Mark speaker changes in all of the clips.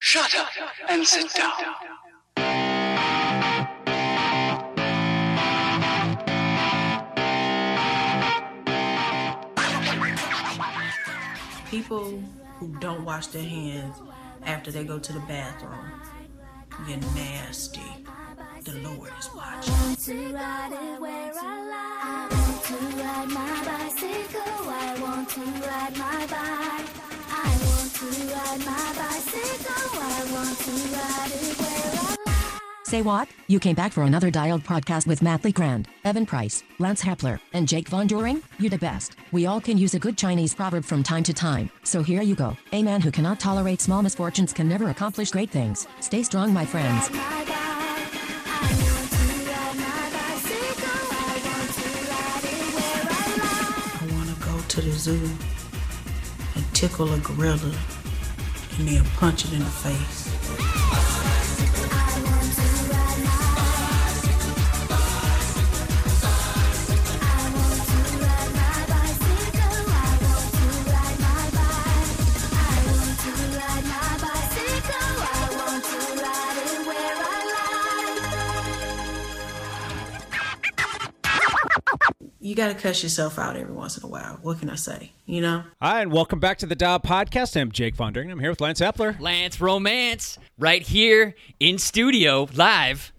Speaker 1: Shut up and sit down.
Speaker 2: people who don't wash their hands after they go to the bathroom, you're nasty. The Lord is watching.
Speaker 3: want to ride it where I like. I want to ride my bicycle. I want to ride my bike. I want to ride my bicycle. I want to ride it where I like.
Speaker 4: Say what? You came back for another Dialed podcast with Matt Lee Grand, Evan Price, Lance Hepler, and Jake Von Doring? You the best. We all can use a good Chinese proverb from time to time. So here you go. A man who cannot tolerate small misfortunes can never accomplish great things. Stay strong, my friends.
Speaker 3: My bike. I want to ride my bicycle. I want to ride it where I like.
Speaker 2: I want to go to the zoo and tickle a gorilla and then punch it in the face. You got to cuss yourself out every once in a while. What can I say? You know?
Speaker 5: Hi, and welcome back to the Dial Podcast. I'm Jake Von Dringen. I'm here with Lance Epler.
Speaker 6: Lance Romance, right here in studio, live.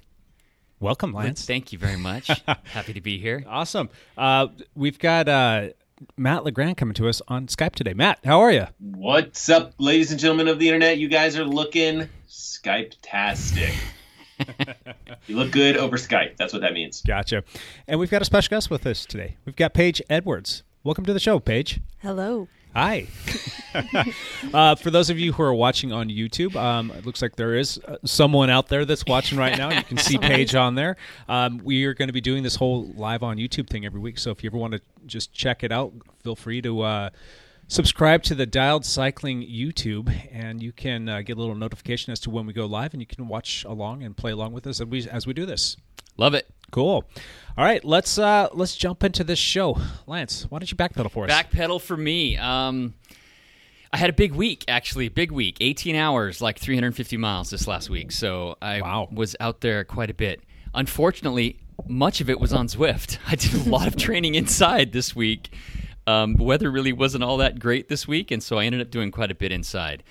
Speaker 5: Welcome, Lance.
Speaker 6: Thank you very much. Happy to be here.
Speaker 5: Awesome. Uh, we've got uh, Matt LeGrand coming to us on Skype today. Matt, how are you?
Speaker 7: What's up, ladies and gentlemen of the internet? You guys are looking Skype-tastic. you look good over Skype. That's what that means.
Speaker 5: Gotcha. And we've got a special guest with us today. We've got Paige Edwards. Welcome to the show, Paige.
Speaker 8: Hello.
Speaker 5: Hi. uh, for those of you who are watching on YouTube, um, it looks like there is uh, someone out there that's watching right now. You can see Paige on there. Um, we are going to be doing this whole live on YouTube thing every week. So if you ever want to just check it out, feel free to. Uh, Subscribe to the Dialed Cycling YouTube, and you can uh, get a little notification as to when we go live, and you can watch along and play along with us as we, as we do this.
Speaker 6: Love it.
Speaker 5: Cool. All right, let's uh, let's jump into this show. Lance, why don't you backpedal for us?
Speaker 6: Backpedal for me. Um, I had a big week, actually, big week. 18 hours, like 350 miles this last week. So I
Speaker 5: Wow.
Speaker 6: was out there quite a bit. Unfortunately, much of it was on Zwift. I did a lot of training inside this week. Um, weather really wasn't all that great this week, and so I ended up doing quite a bit inside.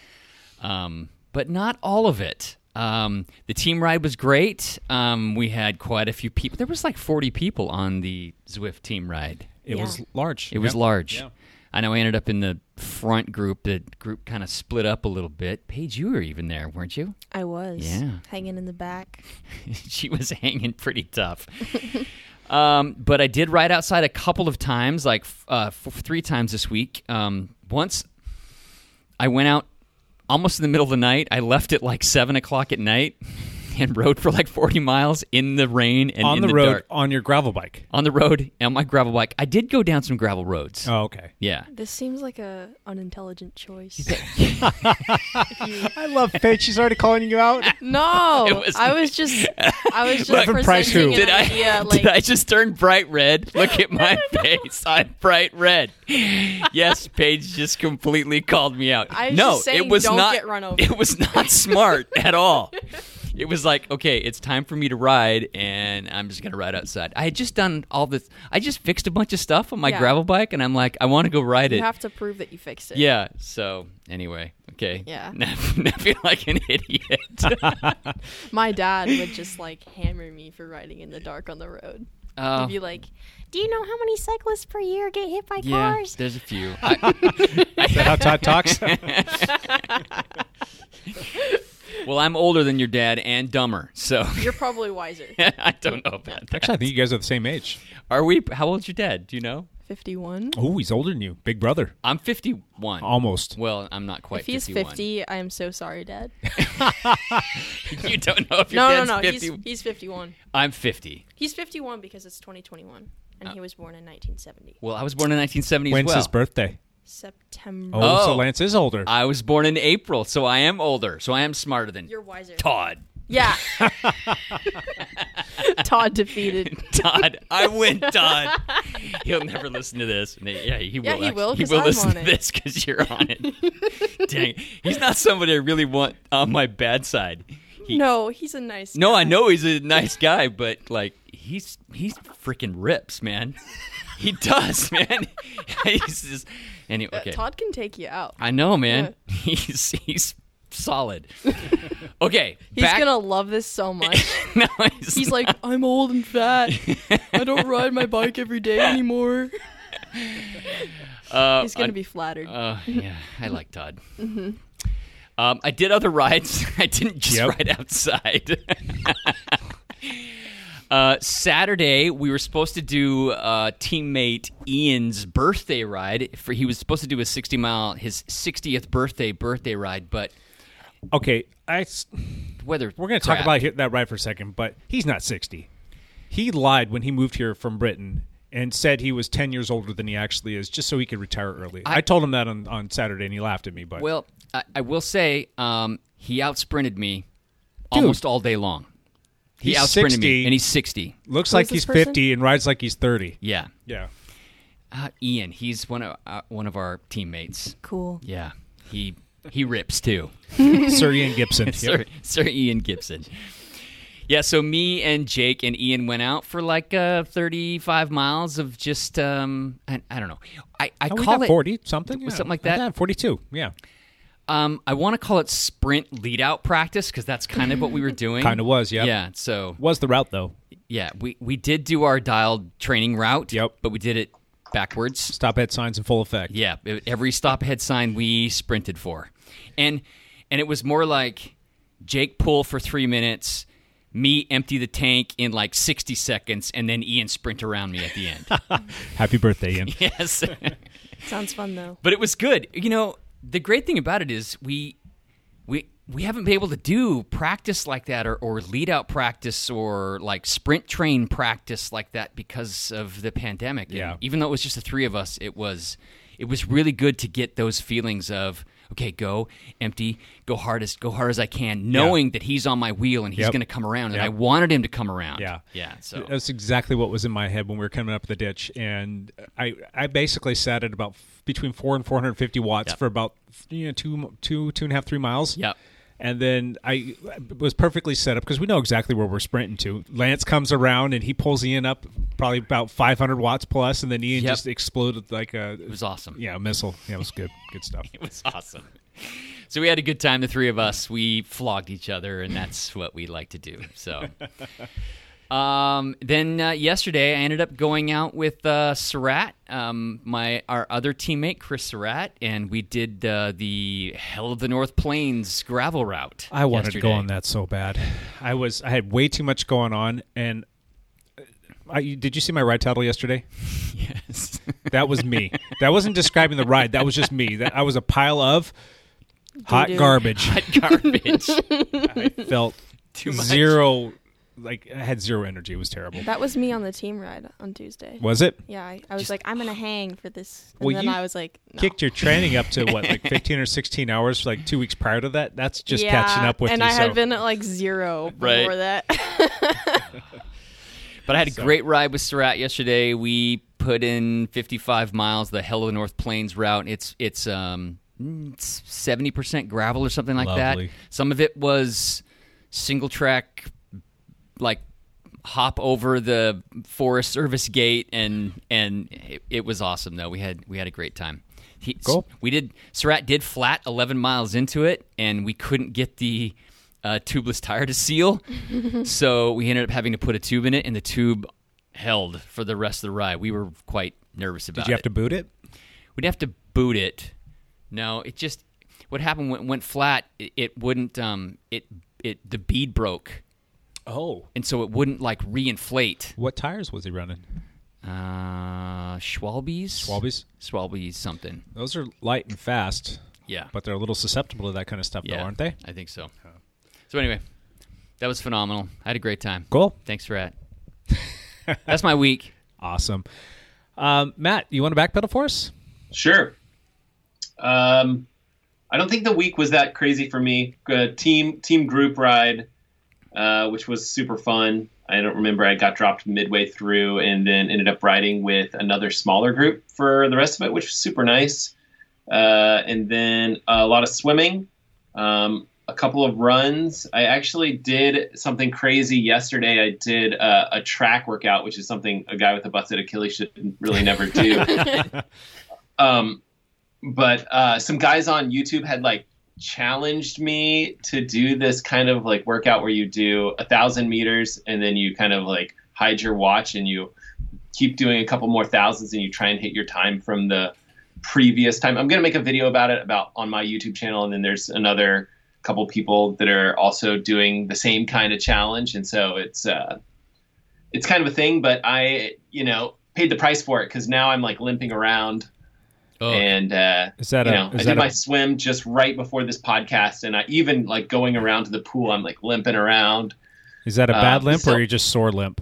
Speaker 6: um, but not all of it. Um, the team ride was great. Um, we had quite a few people. There was like 40 people on the Zwift team ride.
Speaker 5: It was large.
Speaker 6: It was
Speaker 5: Yep.
Speaker 6: large.
Speaker 5: Yeah.
Speaker 6: I know I ended up in the front group. The group kind of split up a little bit. Paige, you were even there, weren't you?
Speaker 8: I was
Speaker 6: Yeah.
Speaker 8: hanging in the back.
Speaker 6: she was hanging pretty tough. um, but I did ride outside a couple of times, like f- uh, f- three times this week. Um, once I went out almost in the middle of the night. I left at like seven o'clock at night and rode for like forty miles in the rain and
Speaker 5: on
Speaker 6: in
Speaker 5: the, road
Speaker 6: dark.
Speaker 5: on your gravel bike.
Speaker 6: on the road and my gravel bike. I did go down some gravel roads.
Speaker 5: Oh, okay.
Speaker 6: Yeah.
Speaker 8: This seems like a unintelligent choice.
Speaker 5: I love Paige. She's already calling you out.
Speaker 8: no,
Speaker 6: It was
Speaker 8: I was just, I was just
Speaker 5: Evan
Speaker 8: presenting
Speaker 5: Price who?
Speaker 8: an
Speaker 6: Did I,
Speaker 8: idea. like,
Speaker 6: did I just turn bright red? Look at my face. I'm bright red. Yes, Paige just completely called me out.
Speaker 8: I was
Speaker 6: no,
Speaker 8: just saying
Speaker 6: it was
Speaker 8: don't
Speaker 6: not
Speaker 8: get run over.
Speaker 6: It was not smart at all. It was like, okay, it's time for me to ride and I'm just going to ride outside. I had just done all this I just fixed a bunch of stuff on my
Speaker 8: Yeah.
Speaker 6: gravel bike and I'm like, I want to go ride
Speaker 8: you
Speaker 6: it.
Speaker 8: have to prove that you fixed it.
Speaker 6: yeah, so anyway, okay.
Speaker 8: Yeah.
Speaker 6: Now, now I feel like an idiot.
Speaker 8: My dad would just like hammer me for riding in the dark on the road.
Speaker 6: Oh.
Speaker 8: He'd be like, "Do you know how many cyclists per year get hit by
Speaker 6: yeah,
Speaker 8: cars?"
Speaker 6: there's a few. I-
Speaker 5: Is that how Todd talks?
Speaker 6: Well, I'm older than your dad and dumber, so
Speaker 8: You're probably wiser.
Speaker 6: I don't know about that.
Speaker 5: Actually, I think you guys are the same age.
Speaker 6: Are we? How old's your dad? Do you know?
Speaker 8: Fifty-one.
Speaker 5: Oh, he's older than you. Big brother.
Speaker 6: I'm 51.
Speaker 5: Almost.
Speaker 6: Well, I'm not quite.
Speaker 8: If he's
Speaker 6: 51.
Speaker 8: fifty, I am so sorry, Dad.
Speaker 6: you don't know if your
Speaker 8: No, no,
Speaker 6: dad's
Speaker 8: no.
Speaker 6: 50.
Speaker 8: He's he's fifty-one.
Speaker 6: I'm 50.
Speaker 8: He's fifty-one because it's 2021, and
Speaker 6: Uh.
Speaker 8: he was born in 1970.
Speaker 6: Well, I was born in 1970
Speaker 5: When's
Speaker 6: as well.
Speaker 5: his birthday?
Speaker 8: September.
Speaker 5: Oh, so
Speaker 6: Oh.
Speaker 5: Lance is older.
Speaker 6: I was born in April, so I am older. So I am smarter than
Speaker 8: You're wiser.
Speaker 6: Todd.
Speaker 8: Yeah. Todd defeated.
Speaker 6: Todd, I win, Todd. He'll never listen to this. And they- yeah, he will.
Speaker 8: Yeah, he
Speaker 6: actually-
Speaker 8: will,
Speaker 6: He
Speaker 8: 'cause
Speaker 6: will
Speaker 8: I'm
Speaker 6: listen
Speaker 8: on
Speaker 6: to
Speaker 8: it.
Speaker 6: this because you're on it. Dang, he's not somebody I really want on my bad side. He-
Speaker 8: No, he's a nice.
Speaker 6: No,
Speaker 8: guy.
Speaker 6: I know he's a nice guy, but like he's he's freaking rips, man. He does, man. he's just anyway.
Speaker 8: Uh,
Speaker 6: Okay.
Speaker 8: Todd can take you out.
Speaker 6: I know, man. He's he's solid. Okay,
Speaker 8: He's
Speaker 6: back-
Speaker 8: gonna love this so much.
Speaker 6: no,
Speaker 8: He's like, I'm old and fat. I don't ride my bike every day anymore.
Speaker 6: uh,
Speaker 8: He's gonna
Speaker 6: I-
Speaker 8: be flattered.
Speaker 6: Uh, yeah, I like Todd. Um, I did other rides. I didn't just
Speaker 5: Yep.
Speaker 6: ride outside. uh, Saturday, we were supposed to do uh, teammate Ian's birthday ride. For he was supposed to do his sixty mile, his sixtieth birthday birthday ride, but
Speaker 5: Okay, I s-
Speaker 6: weather.
Speaker 5: we're going to
Speaker 6: crap.
Speaker 5: talk about hi- that right for a second, but he's not 60. He lied when he moved here from Britain and said he was 10 years older than he actually is just so he could retire early. I, told him that on, on Saturday and he laughed at me, but
Speaker 6: Well, I, I will say um, he outsprinted me almost all day long. He
Speaker 5: He's
Speaker 6: outsprinted
Speaker 5: 60.
Speaker 6: me, and he's sixty.
Speaker 5: looks like
Speaker 8: this
Speaker 5: he's
Speaker 8: person?
Speaker 5: 50 and rides like he's 30.
Speaker 6: Yeah,
Speaker 5: Yeah.
Speaker 6: uh, Ian. He's one of uh, one of our teammates.
Speaker 8: cool.
Speaker 6: Yeah, he he rips too.
Speaker 5: Sir Ian Gibson. Yep.
Speaker 6: Sir, Sir Ian Gibson. Yeah, so me and Jake and Ian went out for like uh, 35 miles of just um, I, I don't know. I, I
Speaker 5: Oh, we
Speaker 6: call
Speaker 5: got
Speaker 6: it
Speaker 5: 40 something. Yeah.
Speaker 6: something like that.
Speaker 5: 42. Yeah.
Speaker 6: Um, I want to call it sprint lead out practice because that's kind of what we were doing.
Speaker 5: Kind of was, yeah.
Speaker 6: Yeah. So
Speaker 5: Was the route though.
Speaker 6: yeah, we we did do our dialed training route.
Speaker 5: Yep.
Speaker 6: But we did it backwards.
Speaker 5: Stop at signs in full effect.
Speaker 6: Yeah, it- every stop ahead sign we sprinted for, and and it was more like Jake pull for three minutes, me empty the tank in like sixty seconds, and then Ian sprint around me at the end.
Speaker 5: Happy birthday, Ian.
Speaker 6: yes,
Speaker 8: Sounds fun though.
Speaker 6: but it was good. You know, the great thing about it is we we we haven't been able to do practice like that or, or lead out practice or like sprint train practice like that because of the pandemic. And
Speaker 5: Yeah.
Speaker 6: even though it was just the three of us, it was it was really good to get those feelings of okay, go empty, go hardest, go hard as I can, knowing that he's on my wheel and he's
Speaker 5: Yep.
Speaker 6: going to come around, and
Speaker 5: Yep.
Speaker 6: I wanted him to come around.
Speaker 5: Yeah,
Speaker 6: yeah. So
Speaker 5: that's exactly what was in my head when we were coming up the ditch, and I I basically sat at about f- between four and four hundred fifty watts
Speaker 6: Yep.
Speaker 5: for about you know two two two and a half three miles.
Speaker 6: Yep.
Speaker 5: And then I was perfectly set up because we know exactly where we're sprinting to. Lance comes around and he pulls Ian up probably about 500 watts plus, and then Ian
Speaker 6: Yep.
Speaker 5: just exploded like a
Speaker 6: it was awesome.
Speaker 5: yeah a missile. Yeah, it was good, good stuff.
Speaker 6: It was awesome. So we had a good time, the three of us. We flogged each other, and that's what we like to do. So, um, then uh, yesterday, I ended up going out with uh, Surratt, um, my our other teammate Chris Surratt, and we did uh, the Hell of the North Plains gravel route.
Speaker 5: I wanted to go
Speaker 6: yesterday.
Speaker 5: on that so bad. I was I had way too much going on, and uh, I, you- did you see my ride title yesterday?
Speaker 6: Yes.
Speaker 5: That was me. that wasn't describing the ride. That was just me. That I was a pile of hot
Speaker 8: Doo-doo.
Speaker 5: garbage.
Speaker 6: Hot garbage.
Speaker 5: I felt
Speaker 6: Too much.
Speaker 5: zero. Like I had zero energy. It was terrible.
Speaker 8: That was me on the team ride on Tuesday.
Speaker 5: Was it?
Speaker 8: Yeah, I, I was like, I'm gonna hang for this, and
Speaker 5: Well,
Speaker 8: then
Speaker 5: you
Speaker 8: I was like, no.
Speaker 5: Kicked your training up to what, like fifteen or sixteen hours, like two weeks prior to that. That's just
Speaker 8: Yeah,
Speaker 5: catching up with
Speaker 8: and
Speaker 5: you.
Speaker 8: I had
Speaker 5: so-
Speaker 8: been at like zero before
Speaker 6: Right.
Speaker 8: that.
Speaker 6: But I had a great ride with Surratt yesterday. We put in 55 miles the Hello North Plains route. It's it's um mm, it's 70% gravel or something like
Speaker 5: Lovely.
Speaker 6: that. Some of it was single track like hop over the forest service gate and and it, it was awesome though. We had we had a great time. He,
Speaker 5: Cool.
Speaker 6: We did Surratt did flat 11 miles into it and we couldn't get the uh, tubeless tire to seal. So we ended up having to put a tube in it, and the tube held for the rest of the ride. We were quite nervous about
Speaker 5: Did you have
Speaker 8: uh,
Speaker 6: it.
Speaker 5: to boot it?
Speaker 6: We'd have to boot it. No, it just what happened when it went flat. It, it wouldn't. Um, it it the bead broke,
Speaker 5: Oh,
Speaker 6: and so it wouldn't like reinflate.
Speaker 5: what tires was he running?
Speaker 6: Uh, Schwalbe's.
Speaker 5: Schwalbe's?
Speaker 6: Schwalbe's something.
Speaker 5: Those are light and fast.
Speaker 6: Yeah.
Speaker 5: but they're a little susceptible to that kind of stuff,
Speaker 6: yeah,
Speaker 5: though, aren't they?
Speaker 6: I think so. So anyway, that was phenomenal. I had a great time.
Speaker 5: Cool.
Speaker 6: Thanks for that. That's my week.
Speaker 5: Awesome. Um, Matt, you want to backpedal for us?
Speaker 7: Sure. Um, I don't think the week was that crazy for me. Uh, team team group ride uh, which was super fun. I don't remember. I got dropped midway through and then ended up riding with another smaller group for the rest of it, which was super nice. Uh, and then a lot of swimming, um, a couple of runs. I actually did something crazy yesterday. I did uh, a track workout, which is something a guy with a busted Achilles should really never do. um, but uh, some guys on YouTube had like challenged me to do this kind of like workout where you do a thousand meters and then you kind of like hide your watch and you keep doing a couple more thousands and you try and hit your time from the previous time. I'm gonna make a video about it about on my YouTube channel and then there's another couple people that are also doing the same kind of challenge and so it's uh it's kind of a thing but I you know paid the price for it because now I'm like limping around
Speaker 6: Oh,
Speaker 7: and uh,
Speaker 5: Is that
Speaker 7: you
Speaker 5: a-
Speaker 7: know,
Speaker 5: is
Speaker 7: I
Speaker 5: that
Speaker 7: did
Speaker 5: a-
Speaker 7: my swim just right before this podcast, and I even like going around to the pool. I'm like limping around.
Speaker 5: Is that a
Speaker 7: Uh,
Speaker 5: bad limp or
Speaker 7: so-
Speaker 5: are you just sore limp?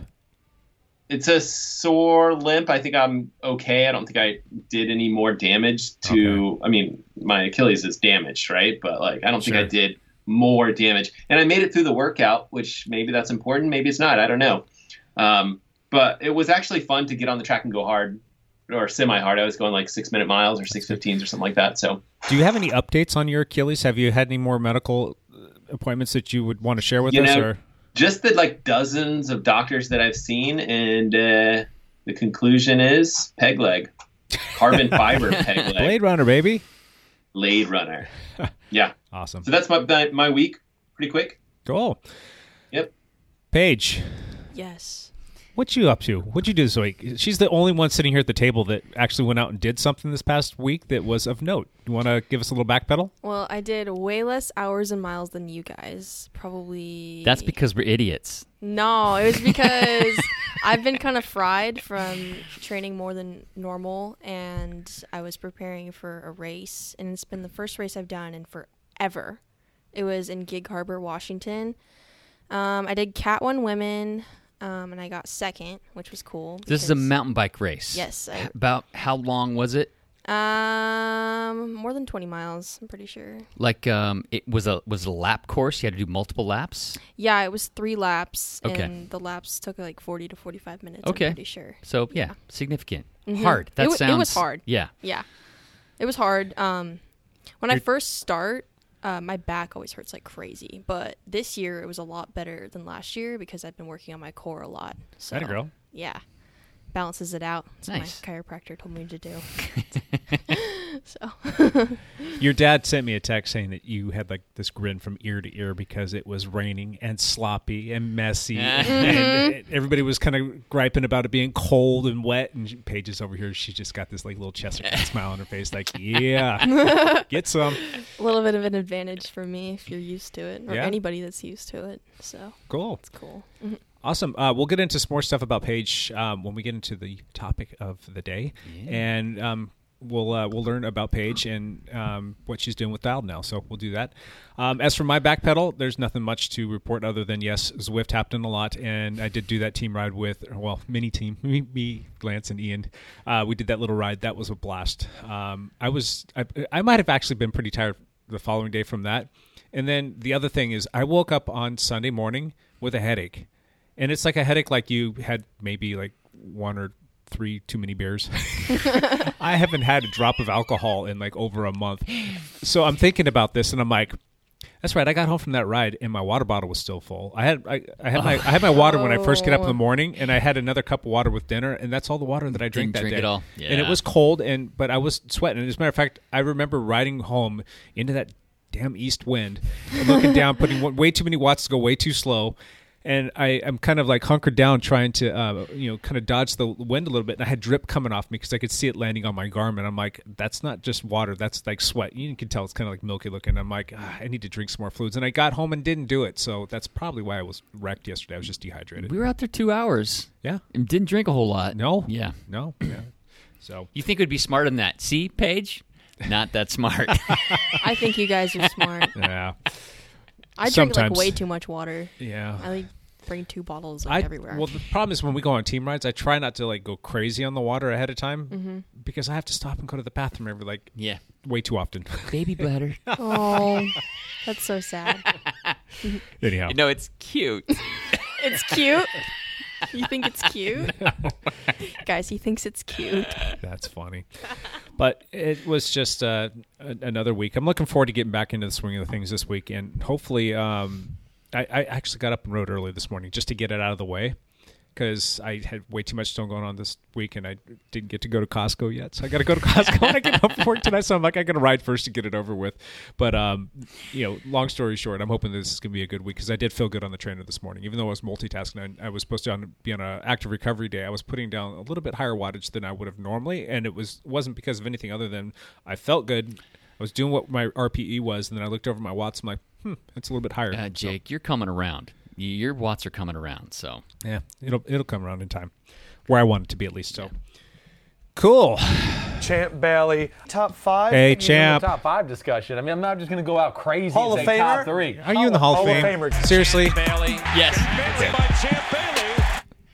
Speaker 7: It's a sore limp. I think I'm okay. I don't think I did any more damage to. I mean, my Achilles is damaged, right? But like, I don't think I
Speaker 5: Sure.
Speaker 7: did more damage, and I made it through the workout, which maybe that's important, maybe it's not. I don't know. Um, but it was actually fun to get on the track and go hard or semi hard. I was going like six minute miles or six fifteens or something like that. So.
Speaker 5: Do you have any updates on your Achilles? Have you had any more medical uh, appointments that you would want to share with
Speaker 7: You
Speaker 5: us?
Speaker 7: know-
Speaker 5: or
Speaker 7: just the like dozens of doctors that I've seen, and uh, the conclusion is peg leg, carbon fiber peg leg,
Speaker 5: Blade Runner, baby.
Speaker 7: Blade Runner. Yeah,
Speaker 5: Awesome.
Speaker 7: so that's my my, my week. Pretty quick.
Speaker 5: Cool.
Speaker 7: Yep.
Speaker 5: Paige,
Speaker 8: Yes.
Speaker 5: what you up to? What'd you do this week? She's the only one sitting here at the table that actually went out and did something this past week that was of note. You want to give us a little backpedal?
Speaker 8: Well, I did way less hours and miles than you guys. Probably.
Speaker 6: that's because we're idiots.
Speaker 8: No, it was because I've been kind of fried from training more than normal, and I was preparing for a race, and it's been the first race I've done in forever. It was in Gig Harbor, Washington. Um, I did Cat One Women, um, and I got second, which was cool.
Speaker 6: This is a
Speaker 8: because-
Speaker 6: mountain bike race.
Speaker 8: Yes, I-
Speaker 6: H- About how long was it?
Speaker 8: um more than twenty miles. I'm pretty sure.
Speaker 6: Like um, it was a was it a lap course. You had to do multiple laps.
Speaker 8: Yeah, it was three laps,
Speaker 6: Okay.
Speaker 8: and the laps took like forty to forty-five minutes.
Speaker 6: Okay.
Speaker 8: I'm pretty sure.
Speaker 6: So yeah, significant. Hard.
Speaker 8: Mm-hmm. It
Speaker 6: That
Speaker 8: wa-
Speaker 6: sounds.
Speaker 8: it was hard.
Speaker 6: Yeah.
Speaker 8: Yeah, it was hard. Um, when I first start, uh, my back always hurts like crazy. But this year it was a lot better than last year because I've been working on my core a lot. So
Speaker 5: Atta girl.
Speaker 8: yeah, balances it out. That's
Speaker 6: Nice.
Speaker 8: what my chiropractor told me to do.
Speaker 5: Your dad sent me a text saying that you had like this grin from ear to ear because it was raining and sloppy and messy, and and everybody was kind of griping about it being cold and wet. And she- Paige is over here; she just got this like little Chesterton smile on her face, like, "Yeah, get some."
Speaker 8: A little bit of an advantage for me if you're used to it, or
Speaker 5: Yeah.
Speaker 8: anybody that's used to it. So
Speaker 5: Cool,
Speaker 8: cool.
Speaker 5: awesome. Uh, we'll get into some more stuff about Paige um, when we get into the topic of the day, and um, we'll uh, we'll learn about Paige and um, what she's doing with Dialed now. So we'll do that. Um, as for my back pedal, there's nothing much to report other than yes, Zwift happened a lot, and I did do that team ride with well, mini team me, me Lance, and Ian. Uh, we did that little ride. That was a blast. Um, I was I, I might have actually been pretty tired the following day from that. And then the other thing is, I woke up on Sunday morning with a headache and it's like a headache like you had maybe like one or three too many beers i haven't had a drop of alcohol in like over a month so i'm thinking about this and i'm like that's right i got home from that ride and my water bottle was still full i had i, I had my i had my water when i first get up in
Speaker 6: Oh.
Speaker 5: the morning and i had another cup of water with dinner and that's all the water that i drink
Speaker 6: Didn't
Speaker 5: that
Speaker 6: drink
Speaker 5: day
Speaker 6: it all.
Speaker 5: and it
Speaker 6: Yeah.
Speaker 5: was cold and but i was sweating and as a matter of fact i remember riding home into that damn east wind and looking down putting wa- way too many watts to go way too slow and I, I'm kind of like hunkered down, trying to, uh, you know, kind of dodge the wind a little bit. And I had drip coming off me because I could see it landing on my garment. I'm like, that's not just water, that's like sweat. You can tell it's kind of like milky looking. I'm like, ah, I need to drink some more fluids. And I got home and didn't do it. So that's probably why I was wrecked yesterday. I was just dehydrated.
Speaker 6: We were out there two hours.
Speaker 5: Yeah.
Speaker 6: And didn't drink a whole lot.
Speaker 5: No.
Speaker 6: Yeah.
Speaker 5: No. Yeah. So
Speaker 6: You think we'd be smarter than that? See, Paige, not that smart.
Speaker 8: I think you guys are smart.
Speaker 5: yeah,
Speaker 8: I drink like
Speaker 5: Sometimes.
Speaker 8: way too much water.
Speaker 5: yeah.
Speaker 8: I like bring two bottles like,
Speaker 5: I,
Speaker 8: everywhere.
Speaker 5: Well, the problem is when we go on team rides, I try not to like go crazy on the water ahead of time
Speaker 8: Mm-hmm.
Speaker 5: because I have to stop and go to the bathroom every like
Speaker 6: Yeah.
Speaker 5: way too often.
Speaker 6: Baby bladder.
Speaker 8: oh, that's so sad.
Speaker 5: Anyhow,
Speaker 6: no, it's cute.
Speaker 8: It's cute. You think it's cute? Guys, he thinks it's cute.
Speaker 5: that's funny. But it was just uh, a- another week. I'm looking forward to getting back into the swing of the things this week, and hopefully, um, I, I actually got up and rode early this morning just to get it out of the way. Because I had way too much stuff going on this week, and I didn't get to go to Costco yet, so I got to go to Costco when I get home from work tonight. So I'm like, I got to ride first to get it over with. But um, you know, long story short, I'm hoping this is going to be a good week because I did feel good on the trainer this morning, even though I was multitasking. I, I was supposed to on, be on an active recovery day. I was putting down a little bit higher wattage than I would have normally, and it was wasn't because of anything other than I felt good. I was doing what my RPE was, and then I looked over my watts. I'm like, hmm, it's a little bit higher.
Speaker 6: Uh, Jake, you're coming around. Y- Your watts are coming around. So
Speaker 5: Yeah, it'll it'll come around in time, where I want it to be at least. So, cool.
Speaker 9: Champ Bailey.
Speaker 10: Top five? Even
Speaker 5: Hey,
Speaker 10: in the
Speaker 5: champ.
Speaker 10: Top five discussion. I mean, I'm not just going to go out crazy
Speaker 9: Hall
Speaker 10: and
Speaker 9: of
Speaker 10: say
Speaker 9: Famer?
Speaker 10: top three.
Speaker 5: Are you in the Hall,
Speaker 10: Hall
Speaker 5: of
Speaker 10: of
Speaker 5: Fame?
Speaker 10: Famer.
Speaker 5: Seriously,
Speaker 9: Bailey.
Speaker 6: yes,
Speaker 9: Bailey by Champ Bailey.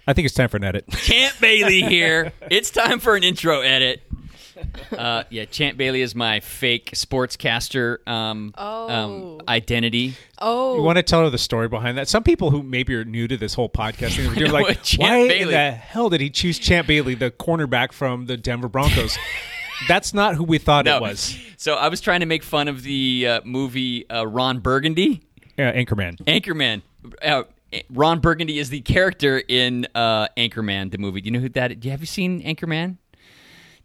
Speaker 5: I think it's time for an edit.
Speaker 6: Champ Bailey here. It's time for an intro edit. Uh, yeah, Champ Bailey is my fake sportscaster um,
Speaker 8: Oh.
Speaker 6: um, identity.
Speaker 5: You
Speaker 8: Oh,
Speaker 5: want to tell her the story behind that? Some people who maybe are new to this whole podcast thing,
Speaker 6: know
Speaker 5: they're like,
Speaker 6: what Champ
Speaker 5: why in
Speaker 6: Bailey-
Speaker 5: the hell did he choose Champ Bailey, the cornerback from the Denver Broncos? That's not who we thought
Speaker 6: No.
Speaker 5: it was.
Speaker 6: So I was trying to make fun of the uh, movie uh, Ron Burgundy,
Speaker 5: Yeah, Anchorman.
Speaker 6: Anchorman. Uh, Ron Burgundy is the character in uh, Anchorman, the movie. Do you know who that? Do you have you seen Anchorman?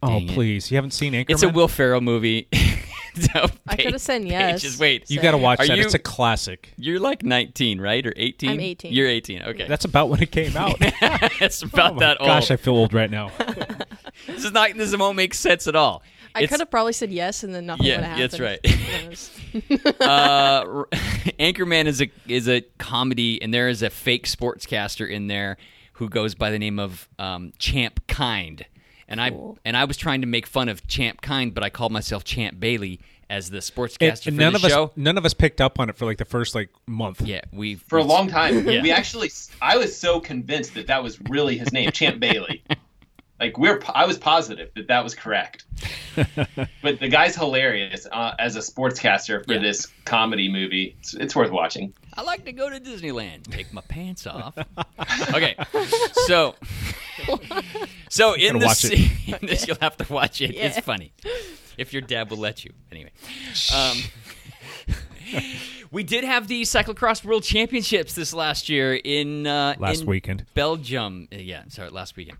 Speaker 5: Oh,
Speaker 6: Dang it.
Speaker 5: please. You haven't seen Anchorman?
Speaker 6: It's a Will Ferrell movie. So
Speaker 8: I
Speaker 6: Paige-
Speaker 8: coulda said
Speaker 6: Paige
Speaker 8: yes.
Speaker 6: is- wait,
Speaker 5: You got to watch
Speaker 6: Are
Speaker 5: that.
Speaker 6: you-
Speaker 5: It's a classic.
Speaker 6: You're like 19, right, or 18?
Speaker 8: I'm 18.
Speaker 6: You're 18. Okay,
Speaker 5: That's about when it came out.
Speaker 6: that's
Speaker 5: Oh
Speaker 6: about
Speaker 5: my
Speaker 6: that
Speaker 5: gosh, I
Speaker 6: old.
Speaker 5: feel old right now.
Speaker 6: This is not. This won't make sense at all.
Speaker 8: I
Speaker 6: It's-
Speaker 8: could have probably said yes, and then nothing
Speaker 6: Yeah,
Speaker 8: would have
Speaker 6: that's
Speaker 8: happened.
Speaker 6: right. uh, r- Anchorman is a is a comedy, and there is a fake sportscaster in there who goes by the name of um, Champ Kind, and I and I was trying to make fun of Champ Kind, but I called myself Champ Bailey as the
Speaker 5: It-
Speaker 6: sportscaster for
Speaker 5: none
Speaker 6: the
Speaker 5: of
Speaker 6: show.
Speaker 5: us none of us picked up on it for like the first like month.
Speaker 6: yeah, we
Speaker 7: for a long time.
Speaker 6: Yeah.
Speaker 7: We actually, I was so convinced that that was really his name, Champ Bailey. Like we're, I was positive that that was correct. but the guy's hilarious uh, as a sportscaster for
Speaker 6: Yeah.
Speaker 7: this comedy movie. It's, it's worth watching.
Speaker 6: I like to go to Disneyland. Take my pants off. Okay, so so in
Speaker 5: Gotta
Speaker 6: this,
Speaker 5: watch it.
Speaker 6: in this, you'll have to watch it. It's funny if your dad will let you. Anyway, um, we did have the cyclocross world championships this last year in uh,
Speaker 5: Last
Speaker 6: in
Speaker 5: weekend.
Speaker 6: Belgium. Uh, Yeah, sorry, last weekend.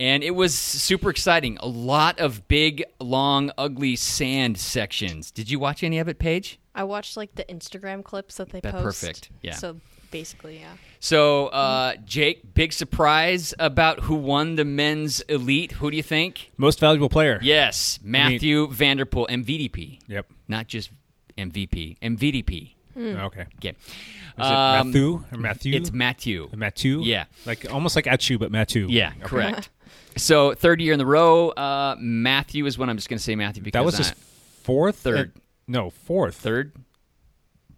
Speaker 6: And it was super exciting. A lot of big, long, ugly sand sections. Did you watch any of it, Paige?
Speaker 8: I watched like the Instagram clips that they
Speaker 6: That
Speaker 8: post.
Speaker 6: perfect, yeah.
Speaker 8: So basically, yeah.
Speaker 6: So, uh, Jake, big surprise about who won the men's elite. Who do you think?
Speaker 5: Most valuable player.
Speaker 6: Yes, Matthew Vanderpool, MVDP.
Speaker 5: Yep.
Speaker 6: Not just MVP, MVDP.
Speaker 5: Mm. Okay.
Speaker 6: Okay.
Speaker 5: Is it
Speaker 6: Um,
Speaker 5: Matthew? Or Matthew?
Speaker 6: It's Matthew.
Speaker 5: Matthew?
Speaker 6: Yeah.
Speaker 5: Like almost like Atchu, but Matthew.
Speaker 6: Yeah, correct. so, third year in the row, uh, Matthew is what I'm just going to say Matthew because
Speaker 5: That was
Speaker 6: I-
Speaker 5: his fourth,
Speaker 6: Third.
Speaker 5: Uh, no, fourth.
Speaker 6: third?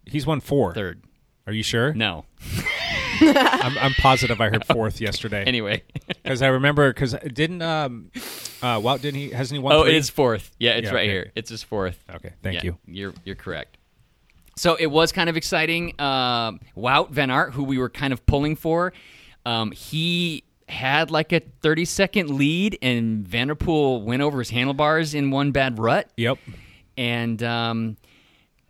Speaker 5: He's won four.
Speaker 6: Third.
Speaker 5: Are you sure?
Speaker 6: No.
Speaker 5: I'm, I'm positive. I heard fourth yesterday
Speaker 6: Anyway.
Speaker 5: because I remember because didn't um uh Wout didn't he hasn't he won?
Speaker 6: Oh,
Speaker 5: three?
Speaker 6: it is fourth. Yeah, it's
Speaker 5: Yeah,
Speaker 6: right
Speaker 5: okay.
Speaker 6: here. It's his fourth.
Speaker 5: Okay, thank
Speaker 6: Yeah,
Speaker 5: you.
Speaker 6: You're you're correct. So it was kind of exciting. Um, Wout Van Aert, who we were kind of pulling for, um, he had like a 30 second lead, and Vanderpool went over his handlebars in one bad rut,
Speaker 5: Yep.
Speaker 6: and um,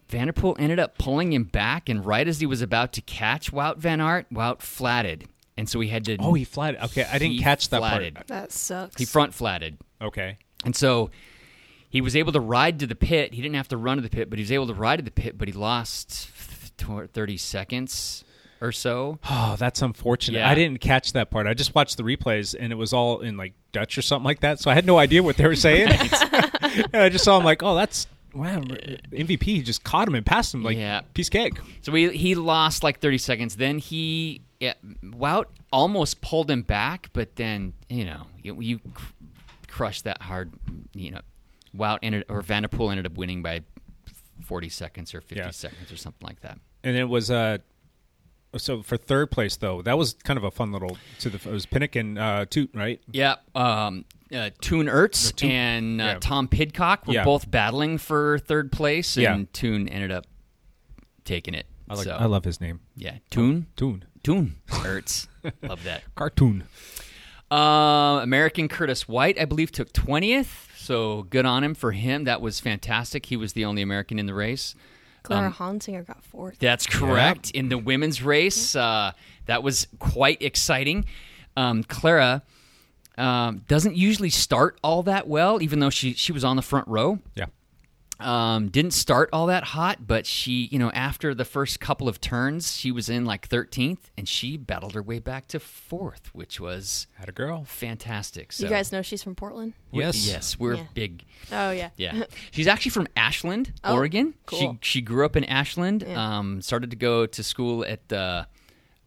Speaker 6: Vanderpool ended up pulling him back. And right as he was about to catch Wout Van Aert, Wout flatted, and so he had to.
Speaker 5: Oh, he flatted. Okay, I didn't
Speaker 6: He
Speaker 5: catch that
Speaker 6: flatted.
Speaker 5: part.
Speaker 8: That sucks.
Speaker 6: he front flatted.
Speaker 5: Okay.
Speaker 6: And so he was able to ride to the pit. He didn't have to run to the pit, but he was able to ride to the pit, but he lost th- 30 seconds or so.
Speaker 5: Oh, that's unfortunate.
Speaker 6: Yeah.
Speaker 5: I didn't catch that part. I just watched the replays and it was all in like Dutch or something like that. So I had no idea what they were saying. and I just saw him like, oh, that's wow. MVP he just caught him and passed him like
Speaker 6: Yeah.
Speaker 5: piece of cake.
Speaker 6: So he, he lost like 30 seconds. Then he, yeah, Wout almost pulled him back, but then, you know, you, you cr- crush that hard, you know. Wout ended, or Vanderpool ended up winning by 40 seconds or 50
Speaker 5: Yeah.
Speaker 6: seconds or something like that.
Speaker 5: and it was uh so for third place though, that was kind of a fun little to the it was Pinnock and uh, Toot, right?
Speaker 6: Yeah, um, uh, Toon Ertz
Speaker 5: Toon-
Speaker 6: and uh,
Speaker 5: yeah.
Speaker 6: Tom Pidcock were
Speaker 5: Yeah.
Speaker 6: both battling for third place, and
Speaker 5: Yeah.
Speaker 6: Toon ended up taking it.
Speaker 5: I like
Speaker 6: so,
Speaker 5: I love his name.
Speaker 6: yeah, Toon,
Speaker 5: Toon.
Speaker 6: Toon Ertz, love that.
Speaker 5: Cartoon.
Speaker 6: Um, American Curtis White, I believe, took twentieth. So good on him for him. That was fantastic. He was the only American in the race. um,
Speaker 8: Clara Hansinger got fourth.
Speaker 6: That's correct. In the women's race, uh, that was quite exciting. Um, Clara um, doesn't usually start all that well, even though she she was on the front row.
Speaker 5: Yeah.
Speaker 6: Um, didn't start all that hot, but she, you know, after the first couple of turns, she was in like 13th, and she battled her way back to fourth, which was
Speaker 5: Had a girl.
Speaker 6: fantastic. So,
Speaker 8: You guys know she's from Portland?
Speaker 6: we-
Speaker 5: Yes.
Speaker 6: yes, we're
Speaker 8: Yeah.
Speaker 6: big.
Speaker 8: Oh, yeah.
Speaker 6: Yeah, she's actually from Ashland,
Speaker 8: Oh,
Speaker 6: Oregon.
Speaker 8: cool.
Speaker 6: She she grew up in Ashland. Um, started to go to school at uh,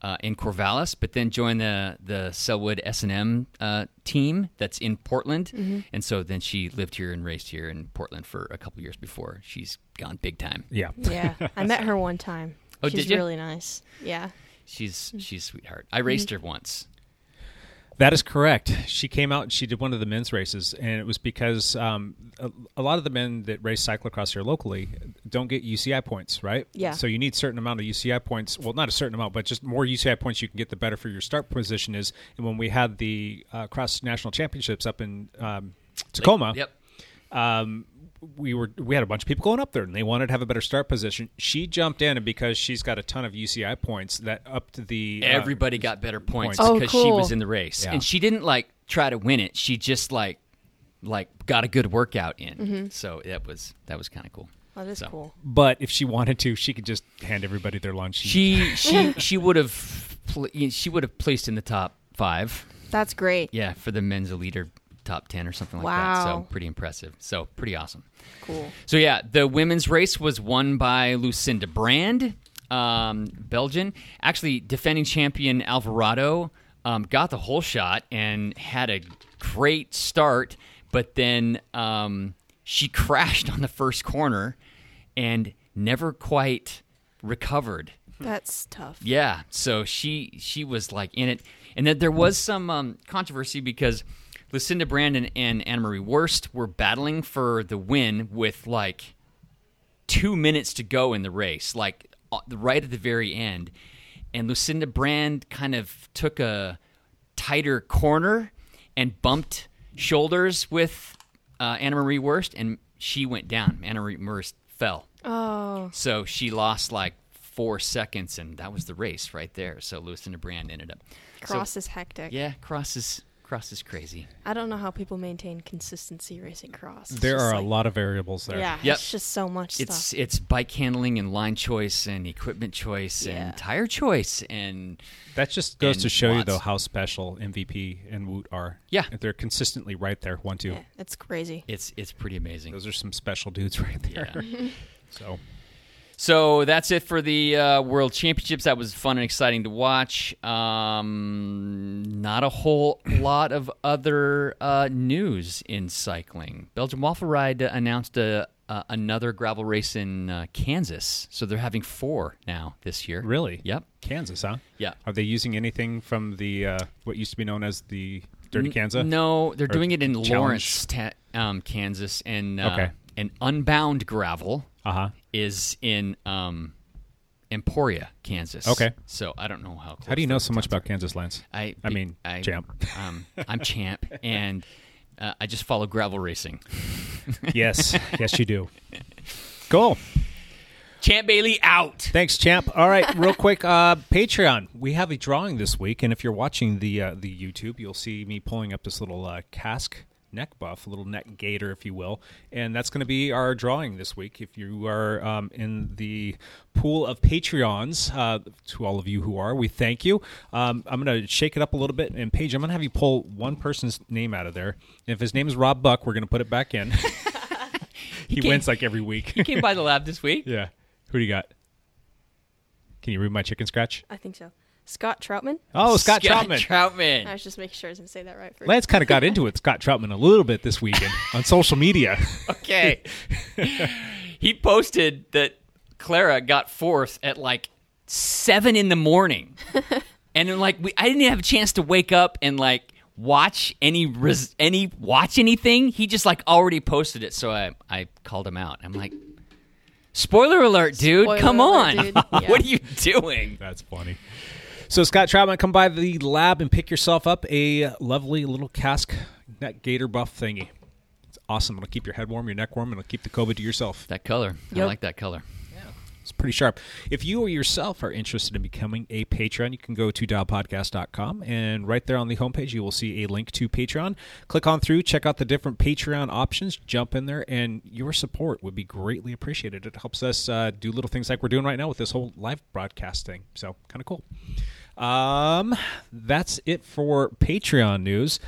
Speaker 6: uh, in Corvallis, but then joined the the Selwood S and M uh, team that's in Portland.
Speaker 8: Mm-hmm.
Speaker 6: And so then she lived here and raced here in Portland for a couple years before she's gone big time.
Speaker 5: Yeah.
Speaker 8: Yeah. I met her one time.
Speaker 6: Oh,
Speaker 8: she's
Speaker 6: did ya?
Speaker 8: really nice. Yeah.
Speaker 6: She's
Speaker 8: Mm.
Speaker 6: she's a sweetheart. I raced
Speaker 8: Mm-hmm.
Speaker 6: her once.
Speaker 5: That is correct. She came out and she did one of the men's races, and it was because um, a, a lot of the men that race cyclocross here locally don't get UCI points, right?
Speaker 8: Yeah.
Speaker 5: So you need certain amount of UCI points. Well, not a certain amount, but just more UCI points you can get, the better for your start position is. And when we had the uh, cross national championships up in um, Tacoma,
Speaker 6: Yep.
Speaker 5: we were we had a bunch of people going up there and they wanted to have a better start position. She jumped in and because she's got a ton of UCI points that up to the uh,
Speaker 6: Everybody got better points
Speaker 5: points.
Speaker 8: Oh,
Speaker 6: because she
Speaker 8: cool.
Speaker 6: was in the race,
Speaker 5: Yeah.
Speaker 6: and she didn't like try to win it. She just like like got a good workout in. So that was that was kind of cool.
Speaker 8: Mm-hmm. Oh, that is
Speaker 6: So.
Speaker 8: cool.
Speaker 5: but if she wanted to, she could just hand everybody their lunch.
Speaker 6: She she she would have pl- she would have placed in the top five.
Speaker 8: That's great.
Speaker 6: Yeah, for the men's elite or top ten or something like that. So
Speaker 8: Wow.
Speaker 6: pretty impressive. So pretty awesome.
Speaker 8: Cool.
Speaker 6: So yeah, the women's race was won by Lucinda Brand, um, Belgian. Actually, defending champion Alvarado um, got the whole shot and had a great start, but then um, she crashed on the first corner and never quite recovered.
Speaker 8: That's tough.
Speaker 6: Yeah, so she she was like in it, and then there was some um, controversy because Lucinda Brandon and Anna Marie Worst were battling for the win with like two minutes to go in the race, like uh, right at the very end, and Lucinda Brand kind of took a tighter corner and bumped shoulders with uh, Anna Marie Worst, and she went down. Anna Marie Worst fell. So she lost like four seconds, and that was the race right there. So Lucinda Brand ended up.
Speaker 8: Cross
Speaker 6: so,
Speaker 8: is hectic.
Speaker 6: yeah, cross is cross is crazy.
Speaker 8: I don't know how people maintain consistency racing cross. It's
Speaker 5: there
Speaker 8: just
Speaker 5: are
Speaker 8: like-
Speaker 5: a lot of variables there.
Speaker 8: Yeah.
Speaker 6: Yep.
Speaker 8: It's just so much
Speaker 6: It's
Speaker 8: stuff.
Speaker 6: it's bike handling and line choice and equipment choice
Speaker 8: Yeah.
Speaker 6: and tire choice and
Speaker 5: That just goes
Speaker 6: And
Speaker 5: to show you
Speaker 6: lots.
Speaker 5: though how special MVP and Woot are.
Speaker 6: Yeah.
Speaker 5: they're consistently right there. One, two.
Speaker 8: Yeah, it's crazy.
Speaker 6: it's it's pretty amazing.
Speaker 5: Those are some special dudes right there. so
Speaker 6: So that's it for the uh, World Championships. That was fun and exciting to watch. Um, not a whole lot of other uh, news in cycling. Belgium Waffle Ride announced a, uh, another gravel race in uh, Kansas. So they're having four now this year.
Speaker 5: really,
Speaker 6: Yep.
Speaker 5: Kansas, huh?
Speaker 6: Yeah.
Speaker 5: Are they using anything from the uh, what used to be known as the Dirty Kansas?
Speaker 6: No, they're
Speaker 5: Or
Speaker 6: doing it in
Speaker 5: challenge?
Speaker 6: Lawrence, ta- um, Kansas, and uh,
Speaker 5: Okay.
Speaker 6: and Unbound Gravel
Speaker 5: Uh huh.
Speaker 6: is in um, Emporia, Kansas.
Speaker 5: Okay.
Speaker 6: So I don't know how. Close
Speaker 5: How do you know
Speaker 6: those
Speaker 5: so much
Speaker 6: towns are.
Speaker 5: about Kansas, Lance?
Speaker 6: I,
Speaker 5: I
Speaker 6: be-
Speaker 5: mean, champ.
Speaker 6: Um, I'm champ, and uh, I just follow gravel racing.
Speaker 5: yes, yes, you do. Cool.
Speaker 6: Champ Bailey out.
Speaker 5: Thanks, champ. All right, real quick, uh, Patreon. We have a drawing this week, and if you're watching the uh, the YouTube, you'll see me pulling up this little uh, cask neck buff, a little neck gaiter, if you will, and that's going to be our drawing this week. If you are um, in the pool of Patreons, uh, to all of you who are, we thank you. Um, I'm going to shake it up a little bit, and Paige, I'm going to have you pull one person's name out of there. And if his name is Rob Buck, we're going to put it back in. he
Speaker 6: came-
Speaker 5: wins like every week.
Speaker 6: Came by the lab this week.
Speaker 5: Yeah. Who do you got? Can you read my chicken scratch?
Speaker 8: I think so. Scott Troutman?
Speaker 5: Oh, Scott, Troutman.
Speaker 6: Troutman.
Speaker 8: I was just making sure I didn't say that right first.
Speaker 5: Lance kind of got into it, Scott Troutman, a little bit this weekend on social media.
Speaker 6: Okay. he posted that Clara got fourth at like seven in the morning, and then, like we, I didn't have a chance to wake up and like watch any res, any watch anything. He just like already posted it, so I I called him out. I'm like, spoiler alert, dude!
Speaker 8: Spoiler
Speaker 6: come
Speaker 8: alert,
Speaker 6: on,
Speaker 8: dude.
Speaker 6: what are you doing?
Speaker 5: That's funny. So Scott Troutman, come by the lab and pick yourself up a lovely little cask net gator buff thingy. It's awesome. It'll keep your head warm, your neck warm, and it'll keep the COVID to yourself.
Speaker 6: That color, I
Speaker 8: Yep.
Speaker 6: like that color.
Speaker 5: It's pretty sharp. If you or yourself are interested in becoming a patron, you can go to dialpodcast.com and right there on the homepage you will see a link to Patreon. Click on through, check out the different Patreon options, jump in there, and your support would be greatly appreciated. It helps us uh, do little things like we're doing right now with this whole live broadcast thing. So kind of cool. Um, that's it for Patreon news.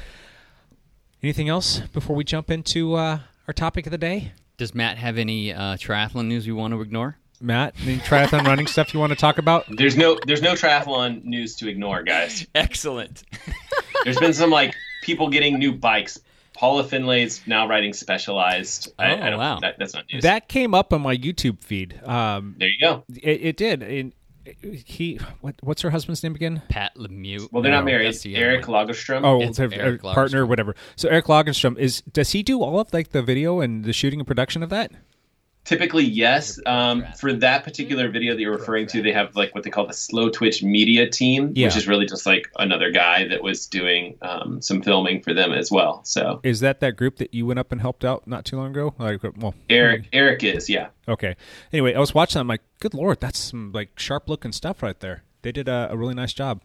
Speaker 5: Anything else before we jump into uh, our topic of the day?
Speaker 6: Does Matt have any uh, triathlon news we want to ignore?
Speaker 5: Matt, any triathlon running stuff you want to talk about?
Speaker 7: There's no there's no triathlon news to ignore, guys.
Speaker 6: Excellent.
Speaker 7: There's been some like people getting new bikes. Paula Finlay's now riding Specialized. I,
Speaker 6: Oh,
Speaker 7: I don't,
Speaker 6: wow.
Speaker 7: that, that's not news.
Speaker 5: That came up on my YouTube feed. Um,
Speaker 7: there you go.
Speaker 5: it, it did. And he, what, what's her husband's name again?
Speaker 6: Pat Lemieux.
Speaker 7: Well, they're not
Speaker 6: No, E
Speaker 7: married.
Speaker 6: that's the other
Speaker 7: Eric
Speaker 6: one.
Speaker 7: Lagerstrom.
Speaker 5: Oh,
Speaker 6: It's
Speaker 5: their-
Speaker 6: Eric
Speaker 5: uh, partner,
Speaker 6: Lagerstrom.
Speaker 5: whatever. So Eric Lagerstrom is. Does he do all of like the video and the shooting and production of that?
Speaker 7: Typically, yes. Um, for that particular video that you're referring to, they have like what they call the slow twitch media team,
Speaker 5: Yeah.
Speaker 7: which is really just like another guy that was doing um, some filming for them as well. So
Speaker 5: Is that that group that you went up and helped out not too long ago? Like, well,
Speaker 7: Eric, Eric is yeah.
Speaker 5: okay. Anyway, I was watching. that, I'm like, good lord, that's some like sharp looking stuff right there. They did a, a really nice job.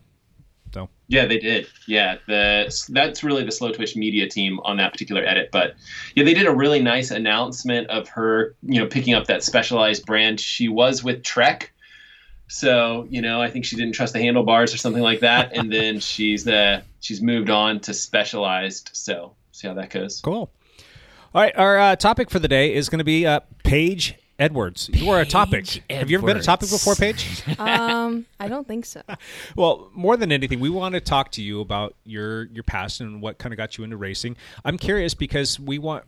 Speaker 5: So
Speaker 7: Yeah, they did. Yeah, the that's really the slow twitch media team on that particular edit. But yeah, they did a really nice announcement of her, you know, picking up that specialized brand. She was with Trek, so you know, I think she didn't trust the handlebars or something like that. And then she's uh she's moved on to Specialized. So see how that goes.
Speaker 5: Cool. All right, our uh, topic for the day is going to be uh, Paige Edwards. You are a topic.
Speaker 6: Paige
Speaker 5: Have you ever been a topic
Speaker 6: Edwards.
Speaker 5: before, Paige?
Speaker 8: Um, I don't think so.
Speaker 5: well, more than anything, we want to talk to you about your your passion and what kind of got you into racing. I'm curious because we want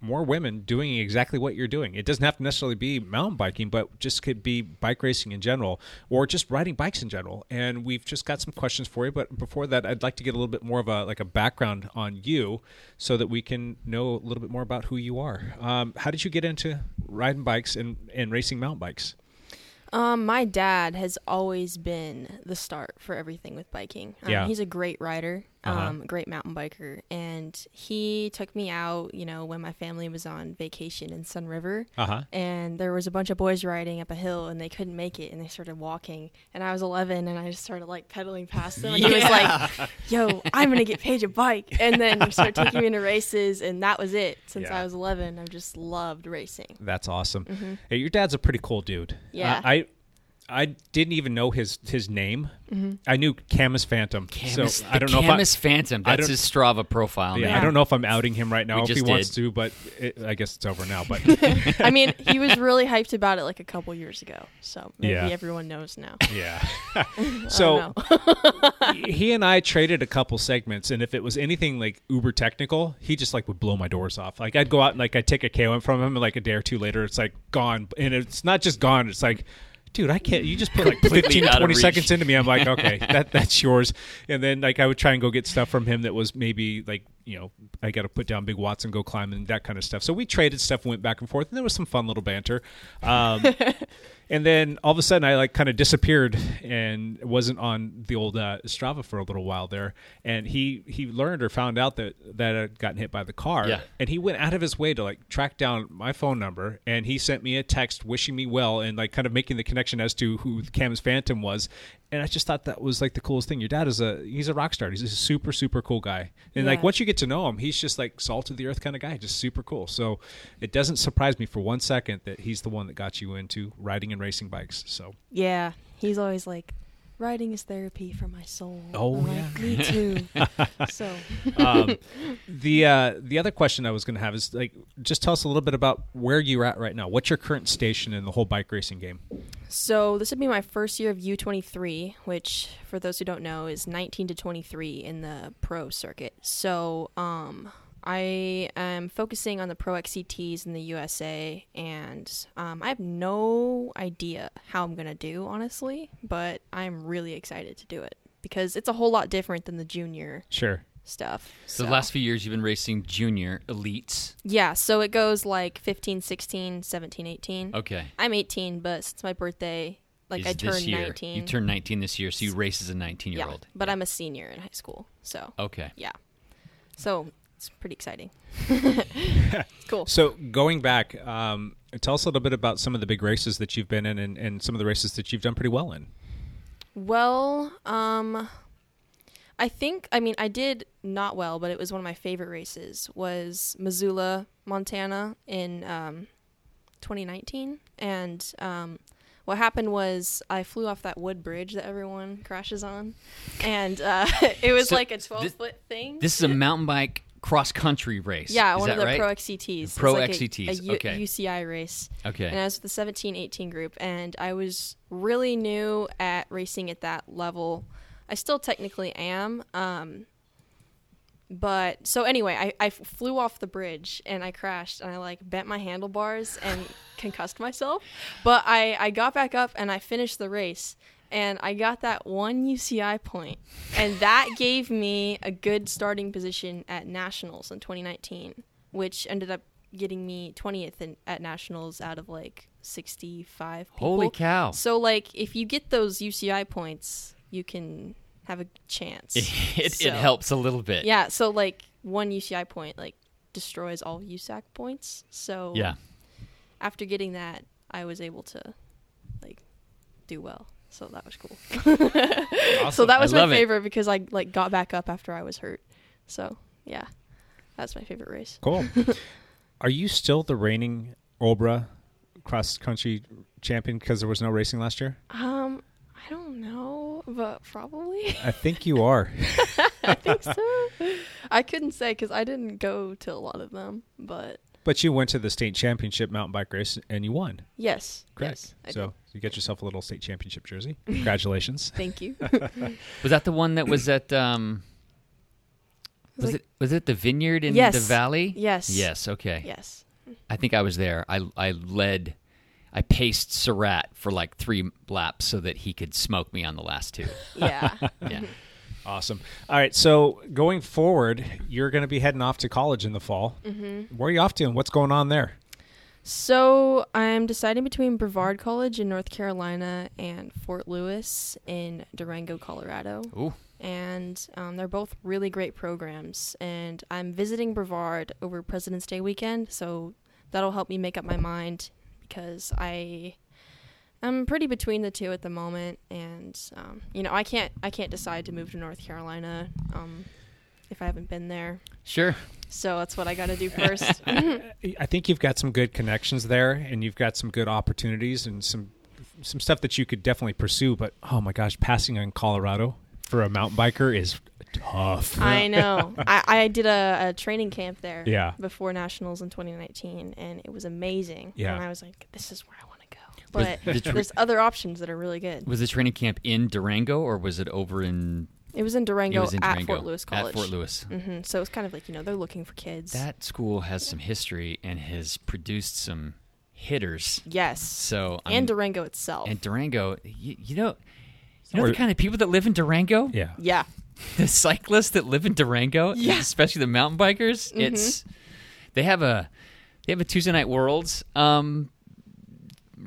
Speaker 5: more women doing exactly what you're doing. It doesn't have to necessarily be mountain biking, but just could be bike racing in general or just riding bikes in general. And we've just got some questions for you, but before that, I'd like to get a little bit more of a like a background on you so that we can know a little bit more about who you are. Um, how did you get into riding bikes and and racing mountain bikes?
Speaker 8: Um, my dad has always been the start for everything with biking. Um,
Speaker 5: Yeah. Uh-huh.
Speaker 8: He's a great rider, um, great mountain biker, and he took me out, you know, when my family was on vacation in Sun River.
Speaker 5: Uh-huh.
Speaker 8: And there was a bunch of boys riding up a hill and they couldn't make it and they started walking. And I was 11 and I just started like pedaling past them. And he was like, yo, I'm going to get Paige a bike. And then he started taking me into races. And that was it. Since
Speaker 5: Yeah.
Speaker 8: I was 11, I've just loved racing.
Speaker 5: That's awesome. Hey, your dad's a pretty cool dude.
Speaker 8: Yeah.
Speaker 5: Uh, I I didn't even know his his name. I knew Camus Phantom.
Speaker 6: Camus,
Speaker 5: so I don't know
Speaker 6: the Camus
Speaker 5: if
Speaker 6: Phantom.
Speaker 5: I
Speaker 6: That's
Speaker 5: don't-
Speaker 6: his Strava profile.
Speaker 5: I, yeah,
Speaker 6: man.
Speaker 5: I don't know if I'm outing him right now
Speaker 6: We
Speaker 5: if he
Speaker 6: just
Speaker 5: wants
Speaker 6: did.
Speaker 5: to, but it, I guess it's over now. But
Speaker 8: I mean, he was really hyped about it like a couple years ago. So maybe
Speaker 5: Yeah.
Speaker 8: everyone knows now.
Speaker 5: yeah. so he and I traded a couple segments, and if it was anything like uber technical, he just like would blow my doors off. Like I'd go out and like I'd take a KOM from him, and like a day or two later, it's like gone, and it's not just gone. It's like. Dude, I can't. You just put like 15,
Speaker 6: out of
Speaker 5: 20
Speaker 6: reach.
Speaker 5: seconds into me. I'm like, okay, that that's yours. And then like I would try and go get stuff from him that was maybe like you know I got to put down big watts and go climb and that kind of stuff. So we traded stuff, went back and forth, and there was some fun little banter. Um, and then all of a sudden i like kind of disappeared and wasn't on the old uh, strava for a little while there and he he learned or found out that that i'd gotten hit by the car
Speaker 6: Yeah.
Speaker 5: and he went out of his way to like track down my phone number and he sent me a text wishing me well and like kind of making the connection as to who cam's phantom was and i just thought that was like the coolest thing your dad is a he's a rock star he's a super super cool guy and like
Speaker 8: Yeah.
Speaker 5: once you get to know him he's just like salt of the earth kind of guy just super cool so it doesn't surprise me for one second that he's the one that got you into riding and racing bikes so
Speaker 8: Yeah. He's always like, writing is therapy for my soul.
Speaker 5: Oh,
Speaker 8: I'm like, Me too. so
Speaker 5: The uh, the other question I was going to have is like, just tell us a little bit about where you're at right now. What's your current station in the whole bike racing game?
Speaker 8: So this would be my first year of U23, which for those who don't know is 19 to 23 in the pro circuit. So um I am focusing on the Pro XCTs in the USA, and um, I have no idea how I'm gonna do honestly, but I'm really excited to do it because it's a whole lot different than the junior
Speaker 5: Sure.
Speaker 8: stuff.
Speaker 6: So the last few years, you've been racing junior elites.
Speaker 8: yeah, so it goes like 15, 16, 17, 18.
Speaker 6: Okay.
Speaker 8: I'm 18, but since my birthday, like
Speaker 6: Is
Speaker 8: I
Speaker 6: this
Speaker 8: turned
Speaker 6: year.
Speaker 8: 19.
Speaker 6: You turned 19 this year, so you race as a 19 year
Speaker 8: yeah,
Speaker 6: old. Oh.
Speaker 8: but I'm a senior in high school, so
Speaker 6: Okay.
Speaker 8: yeah, so it's pretty exciting. cool.
Speaker 5: So going back, um, tell us a little bit about some of the big races that you've been in and, and some of the races that you've done pretty well in.
Speaker 8: Well, um I think I mean I did not well, but it was one of my favorite races was Missoula, Montana in um 2019 and um what happened was I flew off that wood bridge that everyone crashes on and uh it was
Speaker 6: So
Speaker 8: like a
Speaker 6: thi-
Speaker 8: 12 foot thing.
Speaker 6: This is a mountain bike cross country race.
Speaker 8: yeah,
Speaker 6: Is
Speaker 8: one of
Speaker 6: that
Speaker 8: the
Speaker 6: right?
Speaker 8: pro XCTs.
Speaker 6: Pro
Speaker 8: It's like a-
Speaker 6: XCTs,
Speaker 8: a U-
Speaker 6: okay.
Speaker 8: UCI race.
Speaker 6: Okay.
Speaker 8: And I was with the 17 18 group, and I was really new at racing at that level. I still technically am. Um, but so anyway, I, I flew off the bridge and I crashed and I like bent my handlebars and concussed myself. But I, I got back up and I finished the race and I got that one UCI point And that gave me a good starting position at Nationals in 2019, which ended up getting me 20th in, at Nationals out of like 65 people.
Speaker 6: Holy cow.
Speaker 8: So like if you get those UCI points, you can have a chance.
Speaker 6: It,
Speaker 8: So-
Speaker 6: it helps a little bit.
Speaker 8: Yeah, so like one UCI point like destroys all USAC points. So
Speaker 6: Yeah.
Speaker 8: after getting that, I was able to like do well. So that was cool. So that was
Speaker 6: I
Speaker 8: my
Speaker 6: love it.
Speaker 8: favorite because I like got back up after I was hurt. So yeah, that's my favorite race.
Speaker 5: Cool. Are you still the reigning Obra cross country champion because there was no racing last year?
Speaker 8: Um, I don't know, but probably
Speaker 5: I think you are.
Speaker 8: I think so. I couldn't say because I didn't go to a lot of them, but
Speaker 5: but you went to the state championship mountain bike race and you won.
Speaker 8: yes,
Speaker 5: Correct.
Speaker 8: yes, I
Speaker 5: so
Speaker 8: did.
Speaker 5: you get yourself a little state championship jersey. Congratulations.
Speaker 8: Thank you.
Speaker 6: Was that the one that was at um was
Speaker 8: like-
Speaker 6: it was it the vineyard in
Speaker 8: Yes.
Speaker 6: the valley?
Speaker 8: Yes.
Speaker 6: Yes, okay.
Speaker 8: yes.
Speaker 6: I think I was there. I I led I paced Surratt for like 3 laps so that he could smoke me on the last two.
Speaker 8: Yeah.
Speaker 6: Yeah.
Speaker 5: Awesome. All right. So going forward, you're going to be heading off to college in the fall. Mm-hmm. Where are you off to and what's going on there?
Speaker 8: So I'm deciding between Brevard College in North Carolina and Fort Lewis in Durango, Colorado.
Speaker 6: Ooh.
Speaker 8: And um, they're both really great programs. And I'm visiting Brevard over President's Day weekend, so that'll help me make up my mind because I I'm pretty between the two at the moment, and um, you know I can't I can't decide to move to North Carolina um, if I haven't been there.
Speaker 6: Sure.
Speaker 8: So that's what I got to do first.
Speaker 5: I think you've got some good connections there and you've got some good opportunities and some some stuff that you could definitely pursue. But oh my gosh, passing on Colorado for a mountain biker is tough.
Speaker 8: I know. I, I did a, a training camp there.
Speaker 5: Yeah.
Speaker 8: Before nationals in 2019, and it was amazing.
Speaker 5: Yeah.
Speaker 8: And I was like, this is where I want to go.
Speaker 6: Was
Speaker 8: But
Speaker 6: the tra-
Speaker 8: there's other options that are really good.
Speaker 6: Was the training camp in Durango or was it over in
Speaker 8: It was in
Speaker 6: it
Speaker 8: Durango
Speaker 6: was in
Speaker 8: at
Speaker 6: Durango,
Speaker 8: Fort Lewis College.
Speaker 6: At Fort Lewis.
Speaker 8: hmm So it's kind of like you know they're looking for kids.
Speaker 6: That school has some history and has produced some hitters.
Speaker 8: yes.
Speaker 6: So I'm-
Speaker 8: and Durango itself.
Speaker 6: and Durango, you, you know, you know
Speaker 5: Or-
Speaker 6: the kind of people that live in Durango.
Speaker 5: Yeah.
Speaker 8: yeah.
Speaker 6: the cyclists that live in Durango, and
Speaker 8: Yeah.
Speaker 6: especially the mountain bikers,
Speaker 5: Mm-hmm.
Speaker 6: it's they have a they have a Tuesday night worlds um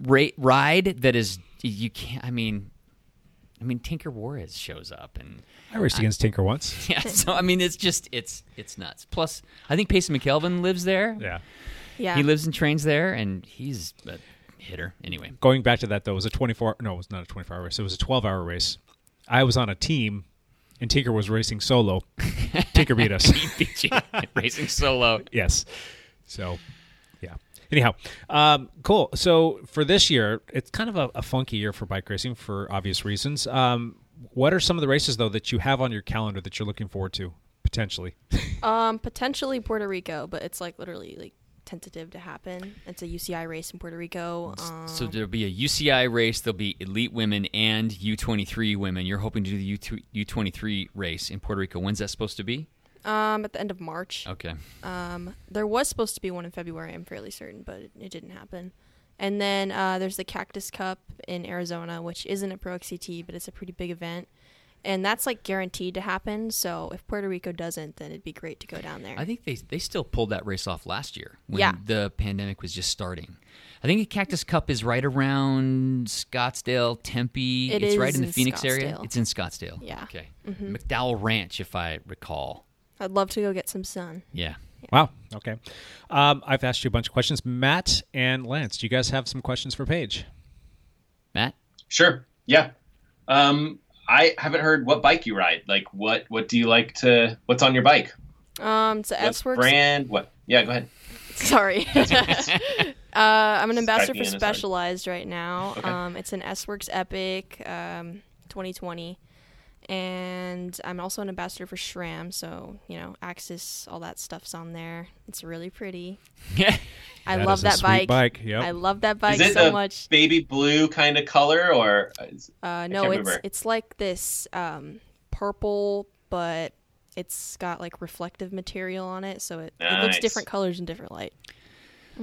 Speaker 6: ra- ride that is you can't. I mean, I mean Tinker Juarez shows up and
Speaker 5: I raced against Tinker once.
Speaker 6: yeah. So I mean, it's just it's it's nuts. Plus, I think Payson McKelvin lives there.
Speaker 5: Yeah.
Speaker 8: Yeah.
Speaker 6: he lives and trains there, and he's a hitter anyway.
Speaker 5: Going back to that though, it was a 24 no, it was not a 24 hour race. It was a 12 hour race. I was on a team and Tinker was racing solo. Tinker beat us.
Speaker 6: BG racing solo.
Speaker 5: yes. So, yeah. Anyhow, um, cool. So for this year, it's kind of a, a funky year for bike racing for obvious reasons. Um, what are some of the races though that you have on your calendar that you're looking forward to potentially?
Speaker 8: um, potentially Puerto Rico, but it's like literally like tentative to happen. It's a UCI race in Puerto Rico. Um,
Speaker 6: So there'll be a UCI race. There'll be elite women and U23 women. You're hoping to do the U2- U23 race in Puerto Rico. When's that supposed to be?
Speaker 8: um, at the end of March.
Speaker 6: Okay.
Speaker 8: Um, there was supposed to be one in February, I'm fairly certain, but it, it didn't happen. And then uh, there's the Cactus Cup in Arizona, which isn't a Pro XCT, but it's a pretty big event. And that's like guaranteed to happen. So if Puerto Rico doesn't, then it'd be great to go down there.
Speaker 6: I think they they still pulled that race off last year when
Speaker 8: Yeah.
Speaker 6: the pandemic was just starting. I think the Cactus Cup is right around Scottsdale, Tempe.
Speaker 8: It
Speaker 6: it's right
Speaker 8: is
Speaker 6: in the
Speaker 8: in
Speaker 6: Phoenix area.
Speaker 8: Scottsdale.
Speaker 6: It's in Scottsdale.
Speaker 8: Yeah. Mm-hmm.
Speaker 6: Okay. McDowell Ranch, if I recall.
Speaker 8: I'd love to go get some sun.
Speaker 6: Yeah.
Speaker 5: Wow. Okay. Um, I've asked you a bunch of questions. Matt and Lance, do you guys have some questions for Paige?
Speaker 6: Matt.
Speaker 7: Sure. Yeah. Um, I haven't heard what bike you ride. Like, what what do you like to? What's on your bike?
Speaker 8: Um, so
Speaker 7: What
Speaker 8: S Works.
Speaker 7: brand? What? Yeah. Go ahead.
Speaker 8: Sorry. uh, I'm an
Speaker 7: Skyping
Speaker 8: ambassador for
Speaker 7: in is hard.
Speaker 8: Specialized right now.
Speaker 7: Okay.
Speaker 8: Um, it's an S Works Epic um, 2020. And I'm also an ambassador for SRAM, so, you know, Axis, all that stuff's on there. It's really pretty.
Speaker 6: Yeah.
Speaker 8: I
Speaker 5: That
Speaker 8: love
Speaker 5: is a
Speaker 8: that
Speaker 5: sweet
Speaker 8: bike.
Speaker 5: bike, yep.
Speaker 8: I love that bike
Speaker 7: is it
Speaker 8: so
Speaker 7: the
Speaker 8: much.
Speaker 7: baby blue kind of color or? is-
Speaker 8: Uh,
Speaker 7: can't
Speaker 8: no, it's
Speaker 7: remember.
Speaker 8: it's like this um, purple, but it's got like reflective material on it, so it, it looks
Speaker 7: Nice.
Speaker 8: different colors in different light.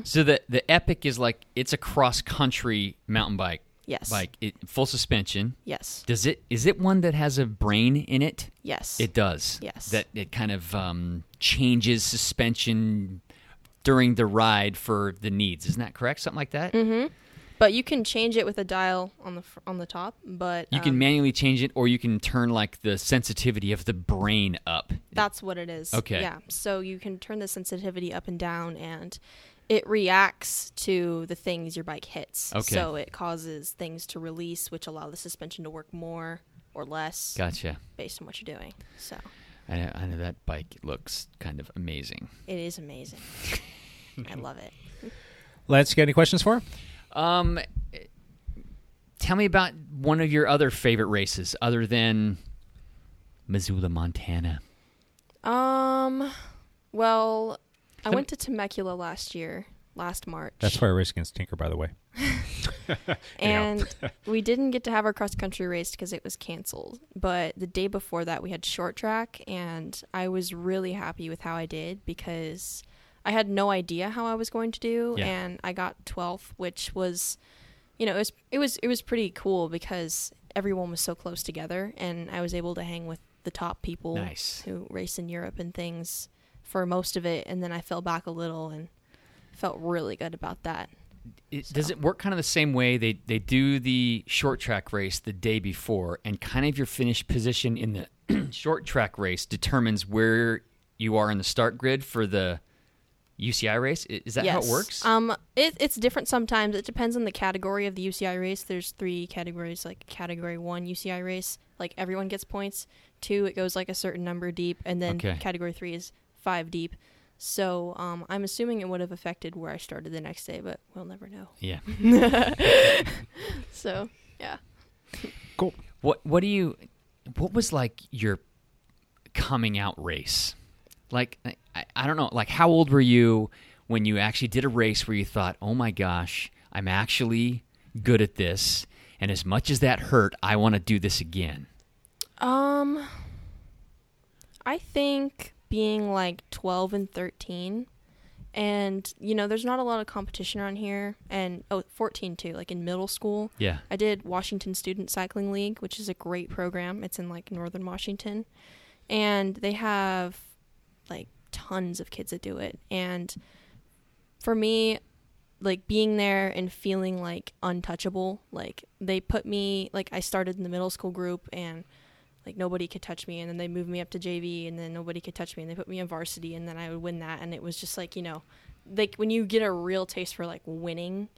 Speaker 6: So the the Epic is like it's a cross country mountain bike.
Speaker 8: Yes.
Speaker 6: Bike. It, full suspension.
Speaker 8: Yes.
Speaker 6: Does it is it one that has a brain in it?
Speaker 8: Yes.
Speaker 6: It does.
Speaker 8: Yes.
Speaker 6: That it kind of um, changes suspension during the ride for the needs. Isn't that correct? Something like that.
Speaker 8: Mm-hmm. But you can change it with a dial on the fr- on the top. But
Speaker 6: You can
Speaker 8: um,
Speaker 6: manually change it, or you can turn like the sensitivity of the brain up.
Speaker 8: that's what it is.
Speaker 6: Okay.
Speaker 8: Yeah. So you can turn the sensitivity up and down, and it reacts to the things your bike hits.
Speaker 6: Okay.
Speaker 8: So it causes things to release, which allow the suspension to work more or less
Speaker 6: Gotcha.
Speaker 8: based on what you're doing. So
Speaker 6: I know, I know that bike looks kind of amazing.
Speaker 8: it is amazing. I love it.
Speaker 5: Lance, you got any questions for? her?
Speaker 6: Um, tell me about one of your other favorite races, other than Missoula, Montana.
Speaker 8: Um. Well, I went to Temecula last year, last March.
Speaker 5: That's why I race against Tinker, by the way.
Speaker 8: and we didn't get to have our cross country race because it was canceled. But the day before that, we had short track, and I was really happy with how I did because I had no idea how I was going to do,
Speaker 6: Yeah.
Speaker 8: and I got 12th, which was, you know, it was it was it was pretty cool because everyone was so close together, and I was able to hang with the top people
Speaker 6: Nice.
Speaker 8: who race in Europe and things for most of it, and then I fell back a little and felt really good about that.
Speaker 6: It, Does it work kind of the same way? They they do the short track race the day before, and kind of your finish position in the short track race determines where you are in the start grid for the UCI race. I- Is that how it
Speaker 8: Yes.
Speaker 6: works?
Speaker 8: Um, it, it's different sometimes. It depends on the category of the UCI race. There's three categories, like category one UCI race, like everyone gets points. Two, it goes like a certain number deep, and then
Speaker 6: Okay.
Speaker 8: category three is five deep. So um, I'm assuming it would have affected where I started the next day, but we'll never know.
Speaker 6: yeah.
Speaker 8: So yeah,
Speaker 5: Cool.
Speaker 6: What what do you what was like your coming out race? Like I, I don't know, like how old were you when you actually did a race where you thought, "Oh my gosh, I'm actually good at this." And as much as that hurt, I want to do this again.
Speaker 8: Um, I think being like 12 and 13, and you know, there's not a lot of competition around here, and oh, 14 too, like in middle school.
Speaker 6: Yeah.
Speaker 8: I did Washington Student Cycling League, which is a great program. It's in like northern Washington, and they have like tons of kids that do it. And for me, like being there and feeling like untouchable, like they put me like I started in the middle school group and like nobody could touch me and then they moved me up to JV and then nobody could touch me and they put me in varsity and then I would win that and it was just like, you know, like when you get a real taste for like winning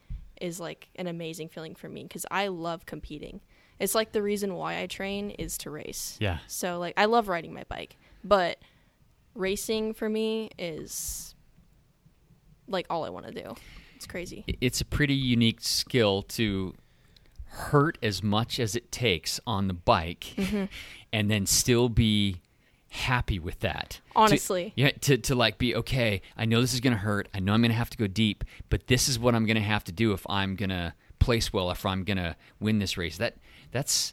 Speaker 8: is like an amazing feeling for me cuz I love competing. It's like the reason why I train is to race.
Speaker 6: Yeah.
Speaker 8: So like I love riding my bike, but racing for me is like all I want to do. It's crazy.
Speaker 6: I- It's a pretty unique skill to hurt as much as it takes on the bike
Speaker 8: Mm-hmm.
Speaker 6: and then still be happy with that.
Speaker 8: Honestly.
Speaker 6: To, yeah, to, to like be okay, I know this is going to hurt. I know I'm going to have to go deep, but this is what I'm going to have to do if I'm going to place well, if I'm going to win this race. That that's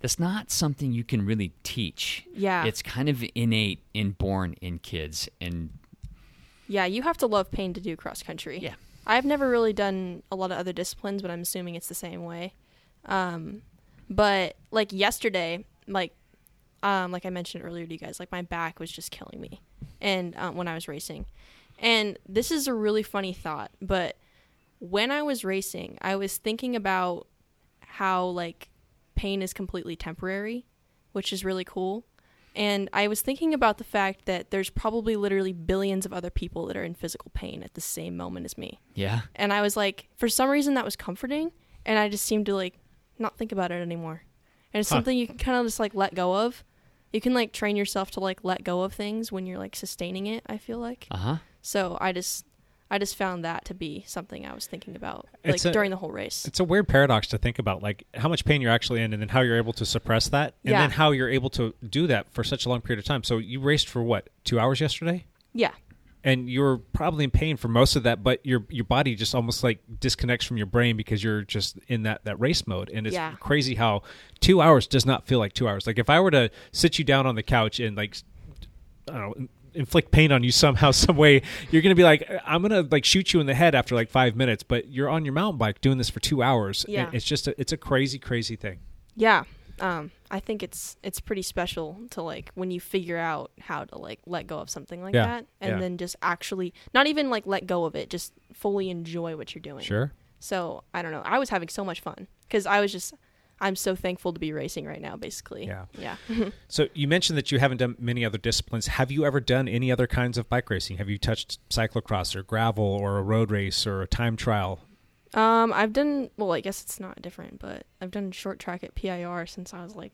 Speaker 6: that's not something you can really teach.
Speaker 8: Yeah.
Speaker 6: It's kind of innate, inborn in kids. And
Speaker 8: Yeah, you have to love pain to do cross country.
Speaker 6: Yeah.
Speaker 8: I've never really done a lot of other disciplines, but I'm assuming it's the same way. Um, but like yesterday, like um, like I mentioned earlier to you guys, like my back was just killing me, and um, when I was racing, and this is a really funny thought, but when I was racing, I was thinking about how like pain is completely temporary, which is really cool. And I was thinking about the fact that there's probably literally billions of other people that are in physical pain at the same moment as me.
Speaker 6: yeah.
Speaker 8: And I was like, for some reason, that was comforting. And I just seemed to like not think about it anymore. And it's something you can kind of just like let go of. You can like train yourself to like let go of things when you're like sustaining it, I feel like.
Speaker 6: Uh huh.
Speaker 8: So I just. I just found that to be something I was thinking about, like
Speaker 5: It's a-
Speaker 8: during the whole race.
Speaker 5: It's a weird paradox to think about, like how much pain you're actually in, and then how you're able to suppress that, and
Speaker 8: Yeah.
Speaker 5: then how you're able to do that for such a long period of time. So you raced for what two hours yesterday,
Speaker 8: Yeah,
Speaker 5: and you were probably in pain for most of that, but your your body just almost like disconnects from your brain because you're just in that that race mode, and it's
Speaker 8: Yeah.
Speaker 5: crazy how two hours does not feel like two hours. Like if I were to sit you down on the couch and like I don't know, inflict pain on you somehow, some way, you're going to be like, I'm going to like shoot you in the head after like five minutes, but you're on your mountain bike doing this for two hours.
Speaker 8: Yeah.
Speaker 5: It's just, a, it's a crazy, crazy thing.
Speaker 8: yeah. Um, I think it's it's pretty special to like when you figure out how to like let go of something like
Speaker 5: Yeah,
Speaker 8: that, and
Speaker 5: yeah.
Speaker 8: then just actually not even like let go of it, just fully enjoy what you're doing.
Speaker 5: Sure.
Speaker 8: So I don't know. I was having so much fun because I was just I'm so thankful to be racing right now. Basically.
Speaker 5: Yeah.
Speaker 8: Yeah.
Speaker 5: So you mentioned that you haven't done many other disciplines. Have you ever done any other kinds of bike racing? Have you touched cyclocross or gravel or a road race or a time trial?
Speaker 8: um, I've done well. I guess it's not different, but I've done short track at PIR since I was like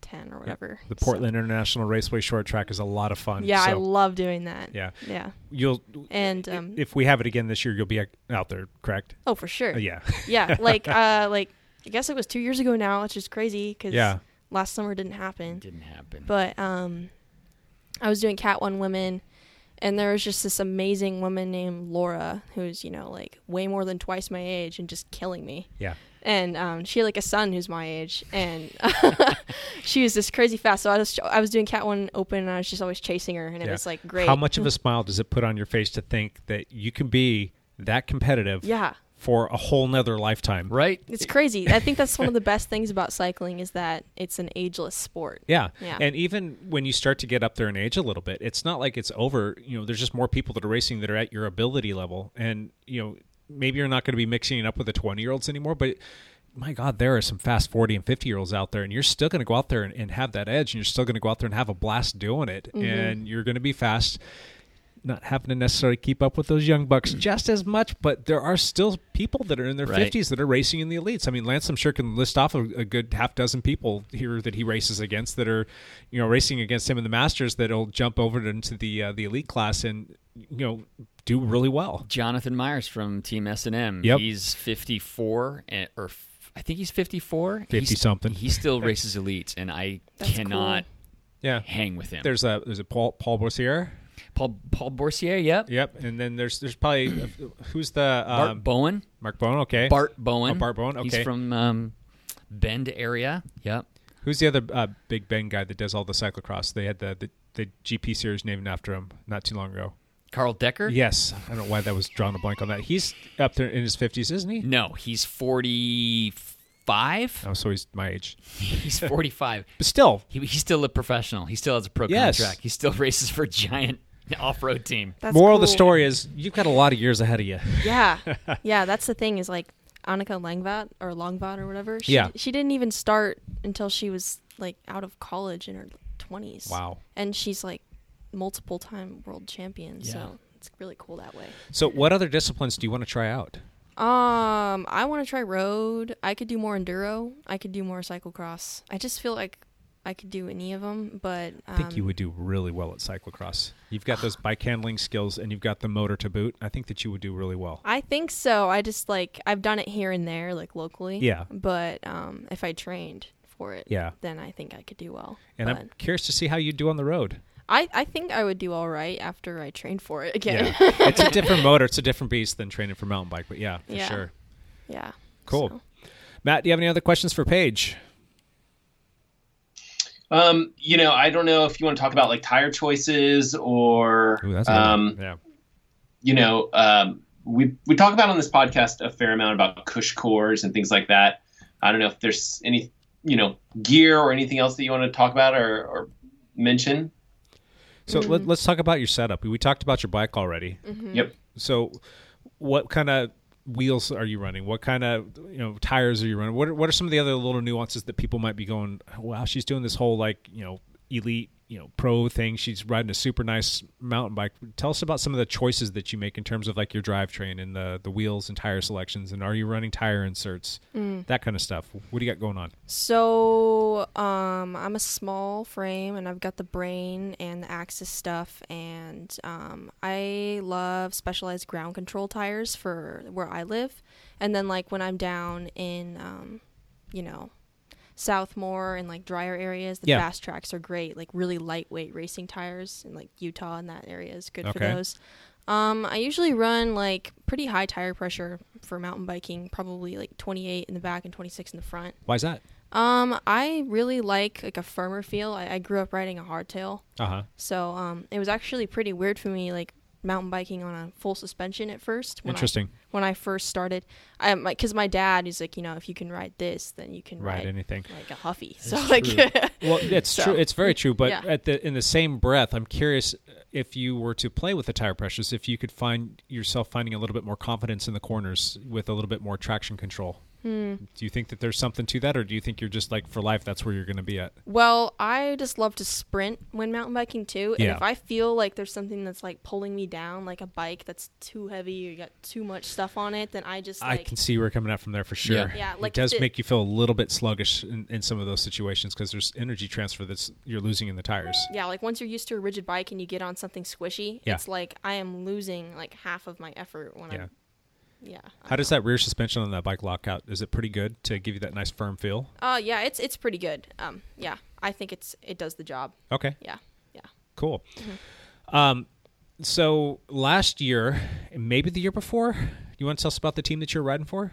Speaker 8: ten or whatever.
Speaker 5: The
Speaker 8: so-
Speaker 5: Portland International Raceway short track is a lot of fun.
Speaker 8: Yeah, I
Speaker 5: So
Speaker 8: love doing that.
Speaker 5: Yeah.
Speaker 8: Yeah.
Speaker 5: you'll,
Speaker 8: And um,
Speaker 5: if we have it again this year, you'll be ac- out there, correct?
Speaker 8: oh, for sure.
Speaker 5: Uh, yeah.
Speaker 8: yeah like uh like i guess it was two years ago now which is crazy because
Speaker 5: Yeah.
Speaker 8: last summer didn't happen
Speaker 6: Didn't happen.
Speaker 8: but um i was doing cat one women and there was just this amazing woman named laura who's you know like way more than twice my age and just killing me
Speaker 5: Yeah.
Speaker 8: and um, she had like a son who's my age, and she was this crazy fast. So I was I was doing Cat One Open, and I was just always chasing her, and it
Speaker 5: Yeah.
Speaker 8: was like great.
Speaker 5: How much of a smile does it put on your face to think that you can be that competitive
Speaker 8: Yeah.
Speaker 5: for a whole nother lifetime?
Speaker 6: right?
Speaker 8: It's crazy. I think that's one of the best things about cycling is that it's an ageless sport.
Speaker 5: Yeah.
Speaker 8: Yeah.
Speaker 5: And even when you start to get up there in age a little bit, it's not like it's over. You know, there's just more people that are racing that are at your ability level. And, you know, maybe you're not going to be mixing it up with the 20 year olds anymore, but my God, there are some fast 40 and 50 year olds out there, and you're still going to go out there and, and have that edge, and you're still going to go out there and have a blast doing it. And you're going to be fast. Not having to necessarily keep up with those young bucks just as much, but there are still people that are in their
Speaker 6: Mm. Right.
Speaker 5: 50s that are racing in the elites. I mean, Lance, I'm sure can list off a, a good half dozen people here that he races against that are, you know, racing against him in the Masters that'll jump over into the uh, the elite class and you know do really well.
Speaker 6: Jonathan Myers from Team S and M.
Speaker 5: Yep.
Speaker 6: He's 54, and, or f- I think he's 54.
Speaker 5: 50
Speaker 6: He's-
Speaker 5: something.
Speaker 6: He still races elites, and I
Speaker 8: That's
Speaker 6: cannot
Speaker 5: Yeah,
Speaker 6: hang with him.
Speaker 5: there's a there's a Paul Paul Boursier.
Speaker 6: Paul Paul Borsier. Yep.
Speaker 5: Yep, and then there's there's probably uh, who's the
Speaker 6: Bart
Speaker 5: um,
Speaker 6: Bowen.
Speaker 5: Mark Bone. Okay,
Speaker 6: Bart Bowen.
Speaker 5: Oh, Bart Bowen. Okay,
Speaker 6: He's from um, Bend area. Yep.
Speaker 5: who's the other uh, Big Ben guy that does all the cyclocross? They had the, the the GP series named after him not too long ago.
Speaker 6: Carl Decker.
Speaker 5: Yes, I don't know why that was drawn a blank on that. He's up there in his fifties, isn't he?
Speaker 6: No, he's 45.
Speaker 5: Oh, so he's my age,
Speaker 6: He's 45.
Speaker 5: but still,
Speaker 6: he, he's still a professional. He still has a pro
Speaker 5: Yes.
Speaker 6: contract. He still races for a giant off-road team.
Speaker 8: That's
Speaker 5: moral of the
Speaker 8: cool.
Speaker 5: story is you've got a lot of years ahead of you.
Speaker 8: Yeah, yeah. That's the thing is like Annika Langvat or Longvat or whatever. She,
Speaker 5: Yeah.
Speaker 8: she didn't even start until she was like out of college in her twenties.
Speaker 5: Wow.
Speaker 8: And she's like multiple time world champion.
Speaker 6: Yeah.
Speaker 8: So it's really cool that way.
Speaker 5: So, what other disciplines do you want to try out?
Speaker 8: Um, I want to try road. I could do more enduro. I could do more cyclocross. I just feel like I could do any of them, but um,
Speaker 5: I think you would do really well at cyclocross. You've got those bike handling skills, and you've got the motor to boot. I think that you would do really well.
Speaker 8: I think so. I just like I've done it here and there, like locally.
Speaker 5: Yeah.
Speaker 8: But um, if I trained for it,
Speaker 5: Yeah.
Speaker 8: then I think I could do well.
Speaker 5: And
Speaker 8: but
Speaker 5: I'm curious to see how you do on the road.
Speaker 8: I, I think I would do all right after I trained for it again.
Speaker 5: Yeah, it's a different motor. It's a different beast than training for mountain bike. But yeah, for
Speaker 8: Yeah.
Speaker 5: sure.
Speaker 8: Yeah.
Speaker 5: Cool.
Speaker 8: So-
Speaker 5: Matt, do you have any other questions for Paige?
Speaker 7: Um, you know, I don't know if you want to talk about like tire choices or
Speaker 11: Ooh, that's a good one.
Speaker 7: um,
Speaker 5: Yeah.
Speaker 7: you know, um, we we talk about on this podcast a fair amount about cush cores and things like that. I don't know if there's any you know gear or anything else that you want to talk about or, or mention.
Speaker 5: So let, let's talk about your setup. We talked about your bike already.
Speaker 8: Mm-hmm.
Speaker 7: Yep.
Speaker 5: So, what kind of wheels are you running? What kind of you know tires are you running? What are, what are some of the other little nuances that people might be going? Wow, she's doing this whole like you know elite you know pro thing. She's riding a super nice mountain bike. Tell us about some of the choices that you make in terms of like your drivetrain and the the wheels and tire selections, and are you running tire inserts? That kind of stuff. What do you got going on?
Speaker 8: So, um, I'm a small frame and I've got the brain and the axis stuff, and um, I love specialized ground control tires for where I live. And then, like, when I'm down in, um, you know, Southmore and like drier areas, the
Speaker 5: Yeah.
Speaker 8: fast tracks are great. Like, really lightweight racing tires in like Utah and that area is good
Speaker 5: Okay.
Speaker 8: for those. Um, I usually run like pretty high tire pressure for mountain biking, probably like 28 in the back and 26 in the front.
Speaker 5: Why is that?
Speaker 8: Um, I really like like a firmer feel. I, I grew up riding a hardtail,
Speaker 5: Uh huh.
Speaker 8: so um, it was actually pretty weird for me, like mountain biking on a full suspension at first. When
Speaker 5: Interesting.
Speaker 8: I, when I first started, I because my dad is like, you know, if you can ride this, then you can
Speaker 5: Ride
Speaker 8: ride
Speaker 5: anything.
Speaker 8: like a huffy. So like,
Speaker 5: Well, it's
Speaker 8: So-
Speaker 5: true. It's very true. But
Speaker 8: Yeah.
Speaker 5: at the in the same breath, I'm curious if you were to play with the tire pressures, if you could find yourself finding a little bit more confidence in the corners with a little bit more traction control.
Speaker 8: Hmm.
Speaker 5: Do you think that there's something to that, or do you think you're just like for life? That's where you're going to be at.
Speaker 8: Well, I just love to sprint when mountain biking too. And
Speaker 5: Yeah.
Speaker 8: if I feel like there's something that's like pulling me down, like a bike that's too heavy or you got too much stuff on it, then I just
Speaker 5: I
Speaker 8: like
Speaker 5: can see where you're coming at from there for sure.
Speaker 6: Yeah.
Speaker 8: Yeah, like
Speaker 5: it does
Speaker 8: the-
Speaker 5: make you feel a little bit sluggish in, in some of those situations because there's energy transfer that's you're losing in the tires.
Speaker 8: yeah, like once you're used to a rigid bike and you get on something squishy,
Speaker 5: Yeah.
Speaker 8: it's like I am losing like half of my effort when I'm yeah.
Speaker 5: How does that rear suspension on that bike lock out? Is it pretty good to give you that nice firm feel?
Speaker 8: Uh yeah, it's it's pretty good. Um yeah, I think it's it does the job.
Speaker 5: Okay.
Speaker 8: Yeah. Yeah.
Speaker 5: Cool.
Speaker 8: Mm-hmm.
Speaker 5: Um, so last year, and maybe the year before, you want to tell us about the team that you're riding for?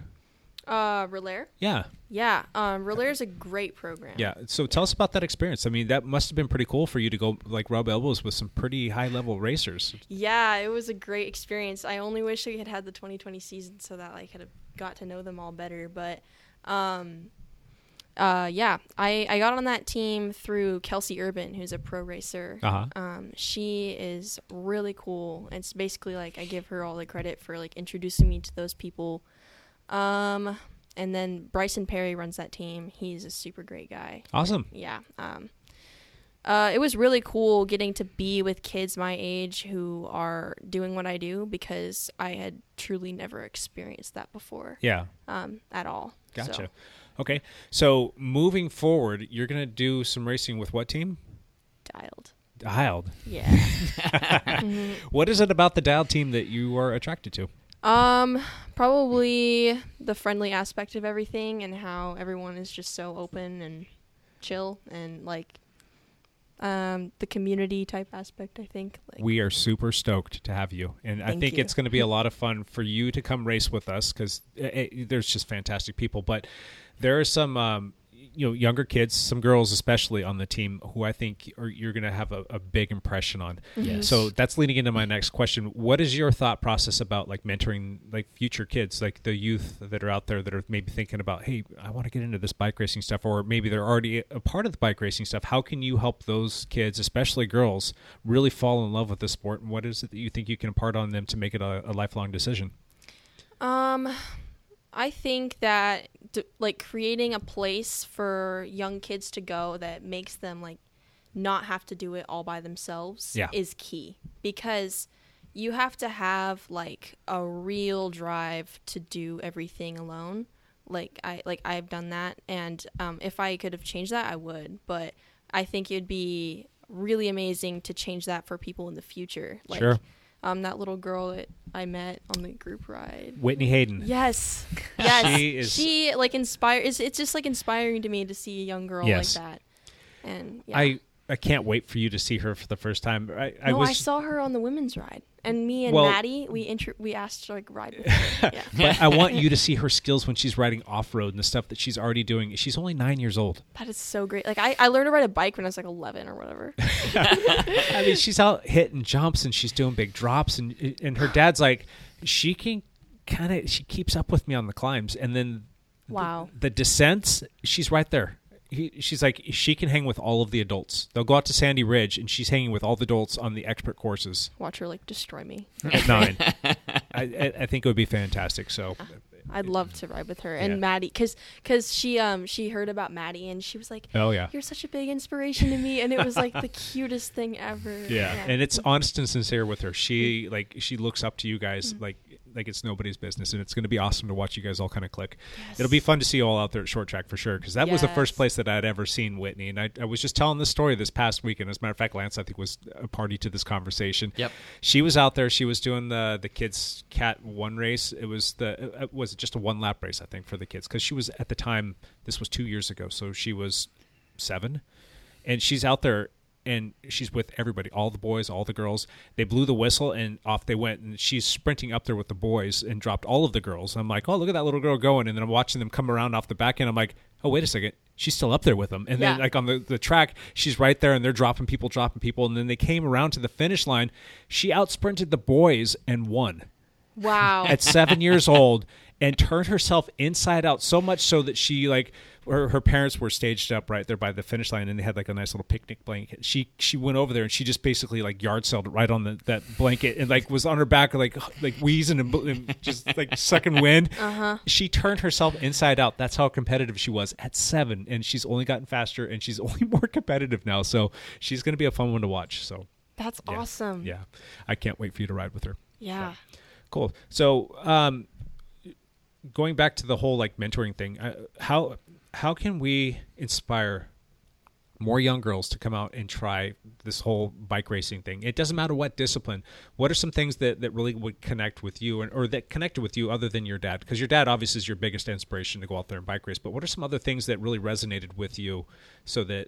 Speaker 8: Uh Relair?
Speaker 5: Yeah,
Speaker 8: Yeah. Um Relair's a great program.
Speaker 5: yeah. So tell us about that experience. I mean, that must have been pretty cool for you to go like rub elbows with some pretty high level racers.
Speaker 8: Yeah, it was a great experience. I only wish we had had the 2020 season so that I could have got to know them all better. But, um, uh, yeah, I, I got on that team through Kelsey Urban, who's a pro racer.
Speaker 5: Uh-huh.
Speaker 8: Um, she is really cool. It's basically like I give her all the credit for like introducing me to those people. Um, and then Bryson Perry runs that team. He's a super great guy
Speaker 5: Awesome.
Speaker 8: yeah um uh, it was really cool getting to be with kids my age who are doing what I do because I had truly never experienced that before
Speaker 5: Yeah.
Speaker 8: um, at all. So,
Speaker 5: Gotcha. Okay. So moving forward, you're gonna do some racing with what team?
Speaker 8: dialed.
Speaker 5: Dialed.
Speaker 8: Yeah.
Speaker 5: What is it about the Dialed team that you are attracted to?
Speaker 8: um, probably the friendly aspect of everything and how everyone is just so open and chill and like um, the community type aspect. I think. Like,
Speaker 5: we are super stoked to have you and i
Speaker 8: Thank
Speaker 5: think
Speaker 8: you.
Speaker 5: it's going to be a lot of fun for you to come race with us because there's just fantastic people but there are some um, you know younger kids some girls especially on the team who i think are, you're going to have a, a big impression on
Speaker 6: Yes.
Speaker 5: so that's leading into my next question what is your thought process about like mentoring like future kids like the youth that are out there that are maybe thinking about hey i want to get into this bike racing stuff or maybe they're already a part of the bike racing stuff how can you help those kids especially girls really fall in love with the sport and what is it that you think you can impart on them to make it a, a lifelong decision
Speaker 8: Um, I think that d- like creating a place for young kids to go that makes them like not have to do it all by themselves
Speaker 5: Yeah.
Speaker 8: is key because you have to have like a real drive to do everything alone. Like I like I've done that, and um, if I could have changed that, I would. But I think it'd be really amazing to change that for people in the future. Like,
Speaker 5: Sure.
Speaker 8: Um, that little girl that I met on the group ride.
Speaker 5: whitney hayden
Speaker 8: Yes. Yes.
Speaker 5: She
Speaker 8: she
Speaker 5: is-
Speaker 8: like inspires it's, it's just like inspiring to me to see a young girl
Speaker 5: Yes.
Speaker 8: like that. And yeah.
Speaker 5: i i can't wait for you to see her for the first time i, I
Speaker 8: no,
Speaker 5: was
Speaker 8: I saw her on the women's ride. And me and
Speaker 5: Well-
Speaker 8: Maddie, we intro- we asked to like ride with her. Yeah.
Speaker 5: But I want you to see her skills when she's riding off road and the stuff that she's already doing. She's only nine years old.
Speaker 8: That is so great. Like I, I learned to ride a bike when I was like 11 or whatever.
Speaker 5: I mean, she's out hitting jumps and she's doing big drops, and and her dad's like, she can kind of she keeps up with me on the climbs, and then
Speaker 8: Wow.
Speaker 5: the descents, she's right there. He, she's like she can hang with all of the adults. They'll go out to Sandy Ridge, and she's hanging with all the adults on the expert courses
Speaker 8: Watch her like destroy me.
Speaker 5: at nine. I, I, I think it would be fantastic. So
Speaker 8: I'd love to ride with her and
Speaker 5: Yeah.
Speaker 8: Maddie, cause, 'cause she um she heard about Maddie and she was like,
Speaker 5: Oh, yeah.
Speaker 8: you're such a big inspiration to me," and it was like the cutest thing ever.
Speaker 5: Yeah, and it's
Speaker 8: Mm-hmm.
Speaker 5: honest and sincere with her. She like she looks up to you guys like like it's nobody's business, and it's going to be awesome to watch you guys all kind of click. It'll be fun to see you all out there at short track for sure, because that was the first
Speaker 8: Yes.
Speaker 5: place that I'd ever seen Whitney, and I, I was just telling this story this past weekend. As a matter of fact, Lance I think was a party to this conversation.
Speaker 6: Yep.
Speaker 5: she was out there. She was doing the the kids cat one race. It was the it was just a one lap race I think for the kids because she was at the time this was two years ago, so she was seven and she's out there and she's with everybody all the boys all the girls they blew the whistle and off they went and she's sprinting up there with the boys and dropped all of the girls i'm like oh look at that little girl going and then i'm watching them come around off the back end i'm like oh wait a second she's still up there with them and then
Speaker 8: Yeah.
Speaker 5: like on the, the track she's right there and they're dropping people dropping people and then they came around to the finish line she outsprinted the boys and won
Speaker 8: Wow.
Speaker 5: at seven years old and turned herself inside out so much so that she like her, her parents were staged up right there by the finish line and they had like a nice little picnic blanket she she went over there and she just basically like yard sailed right on the, that blanket and like was on her back like like wheezing and, bl- and just like sucking wind uh-huh. she turned herself inside out that's how competitive she was at seven and she's only gotten faster and she's only more competitive now so she's going to be a fun one to watch so
Speaker 8: That's
Speaker 5: yeah.
Speaker 8: awesome.
Speaker 5: yeah i can't wait for you to ride with her
Speaker 8: Yeah.
Speaker 5: Cool. So, um, going back to the whole like mentoring thing, uh, how how can we inspire more young girls to come out and try this whole bike racing thing? It doesn't matter what discipline. What are some things that that really would connect with you, and, or that connected with you other than your dad? Because your dad obviously is your biggest inspiration to go out there and bike race. But what are some other things that really resonated with you, so that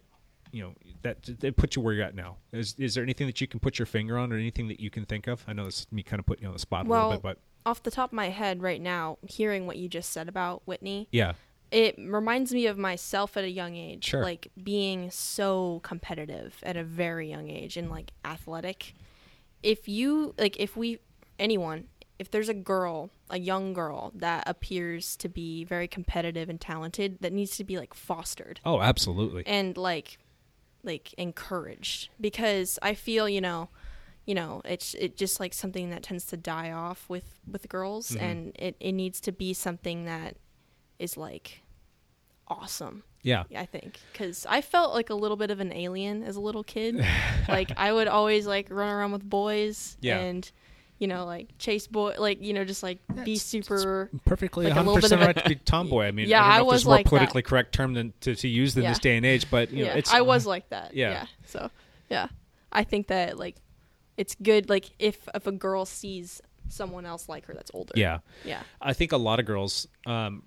Speaker 5: you know that that put you where you're at now? Is is there anything that you can put your finger on, or anything that you can think of? I know this is me kind of putting you on the spot a
Speaker 8: Well,
Speaker 5: little bit, but
Speaker 8: off the top of my head right now, hearing what you just said about Whitney,
Speaker 5: yeah.
Speaker 8: it reminds me of myself at a young age
Speaker 5: Sure.
Speaker 8: like being so competitive at a very young age and like athletic if you like if we anyone if there's a girl a young girl that appears to be very competitive and talented that needs to be like fostered
Speaker 5: Oh, absolutely.
Speaker 8: and like like encouraged because i feel you know you know it's it just like something that tends to die off with with girls
Speaker 5: Mm-hmm.
Speaker 8: and it, it needs to be something that is like awesome
Speaker 5: yeah.
Speaker 8: i think because i felt like a little bit of an alien as a little kid like i would always like run around with boys
Speaker 5: Yeah.
Speaker 8: and you know like chase boy like you know just like be super
Speaker 5: Perfectly,
Speaker 8: Like a little
Speaker 5: 100
Speaker 8: bit of
Speaker 5: percent
Speaker 8: a-
Speaker 5: right to be tomboy. I mean,
Speaker 8: Yeah,
Speaker 5: I don't
Speaker 8: I
Speaker 5: know if
Speaker 8: was
Speaker 5: there's more
Speaker 8: like that.
Speaker 5: politically correct term than to, to use in this
Speaker 8: Yeah.
Speaker 5: day and age, but you know,
Speaker 8: yeah,
Speaker 5: it's um,
Speaker 8: I was like that.
Speaker 5: yeah.
Speaker 8: Yeah. So, yeah, I think that like it's good. Like if if a girl sees someone else like her that's older.
Speaker 5: Yeah,
Speaker 8: Yeah.
Speaker 5: I think a lot of girls um,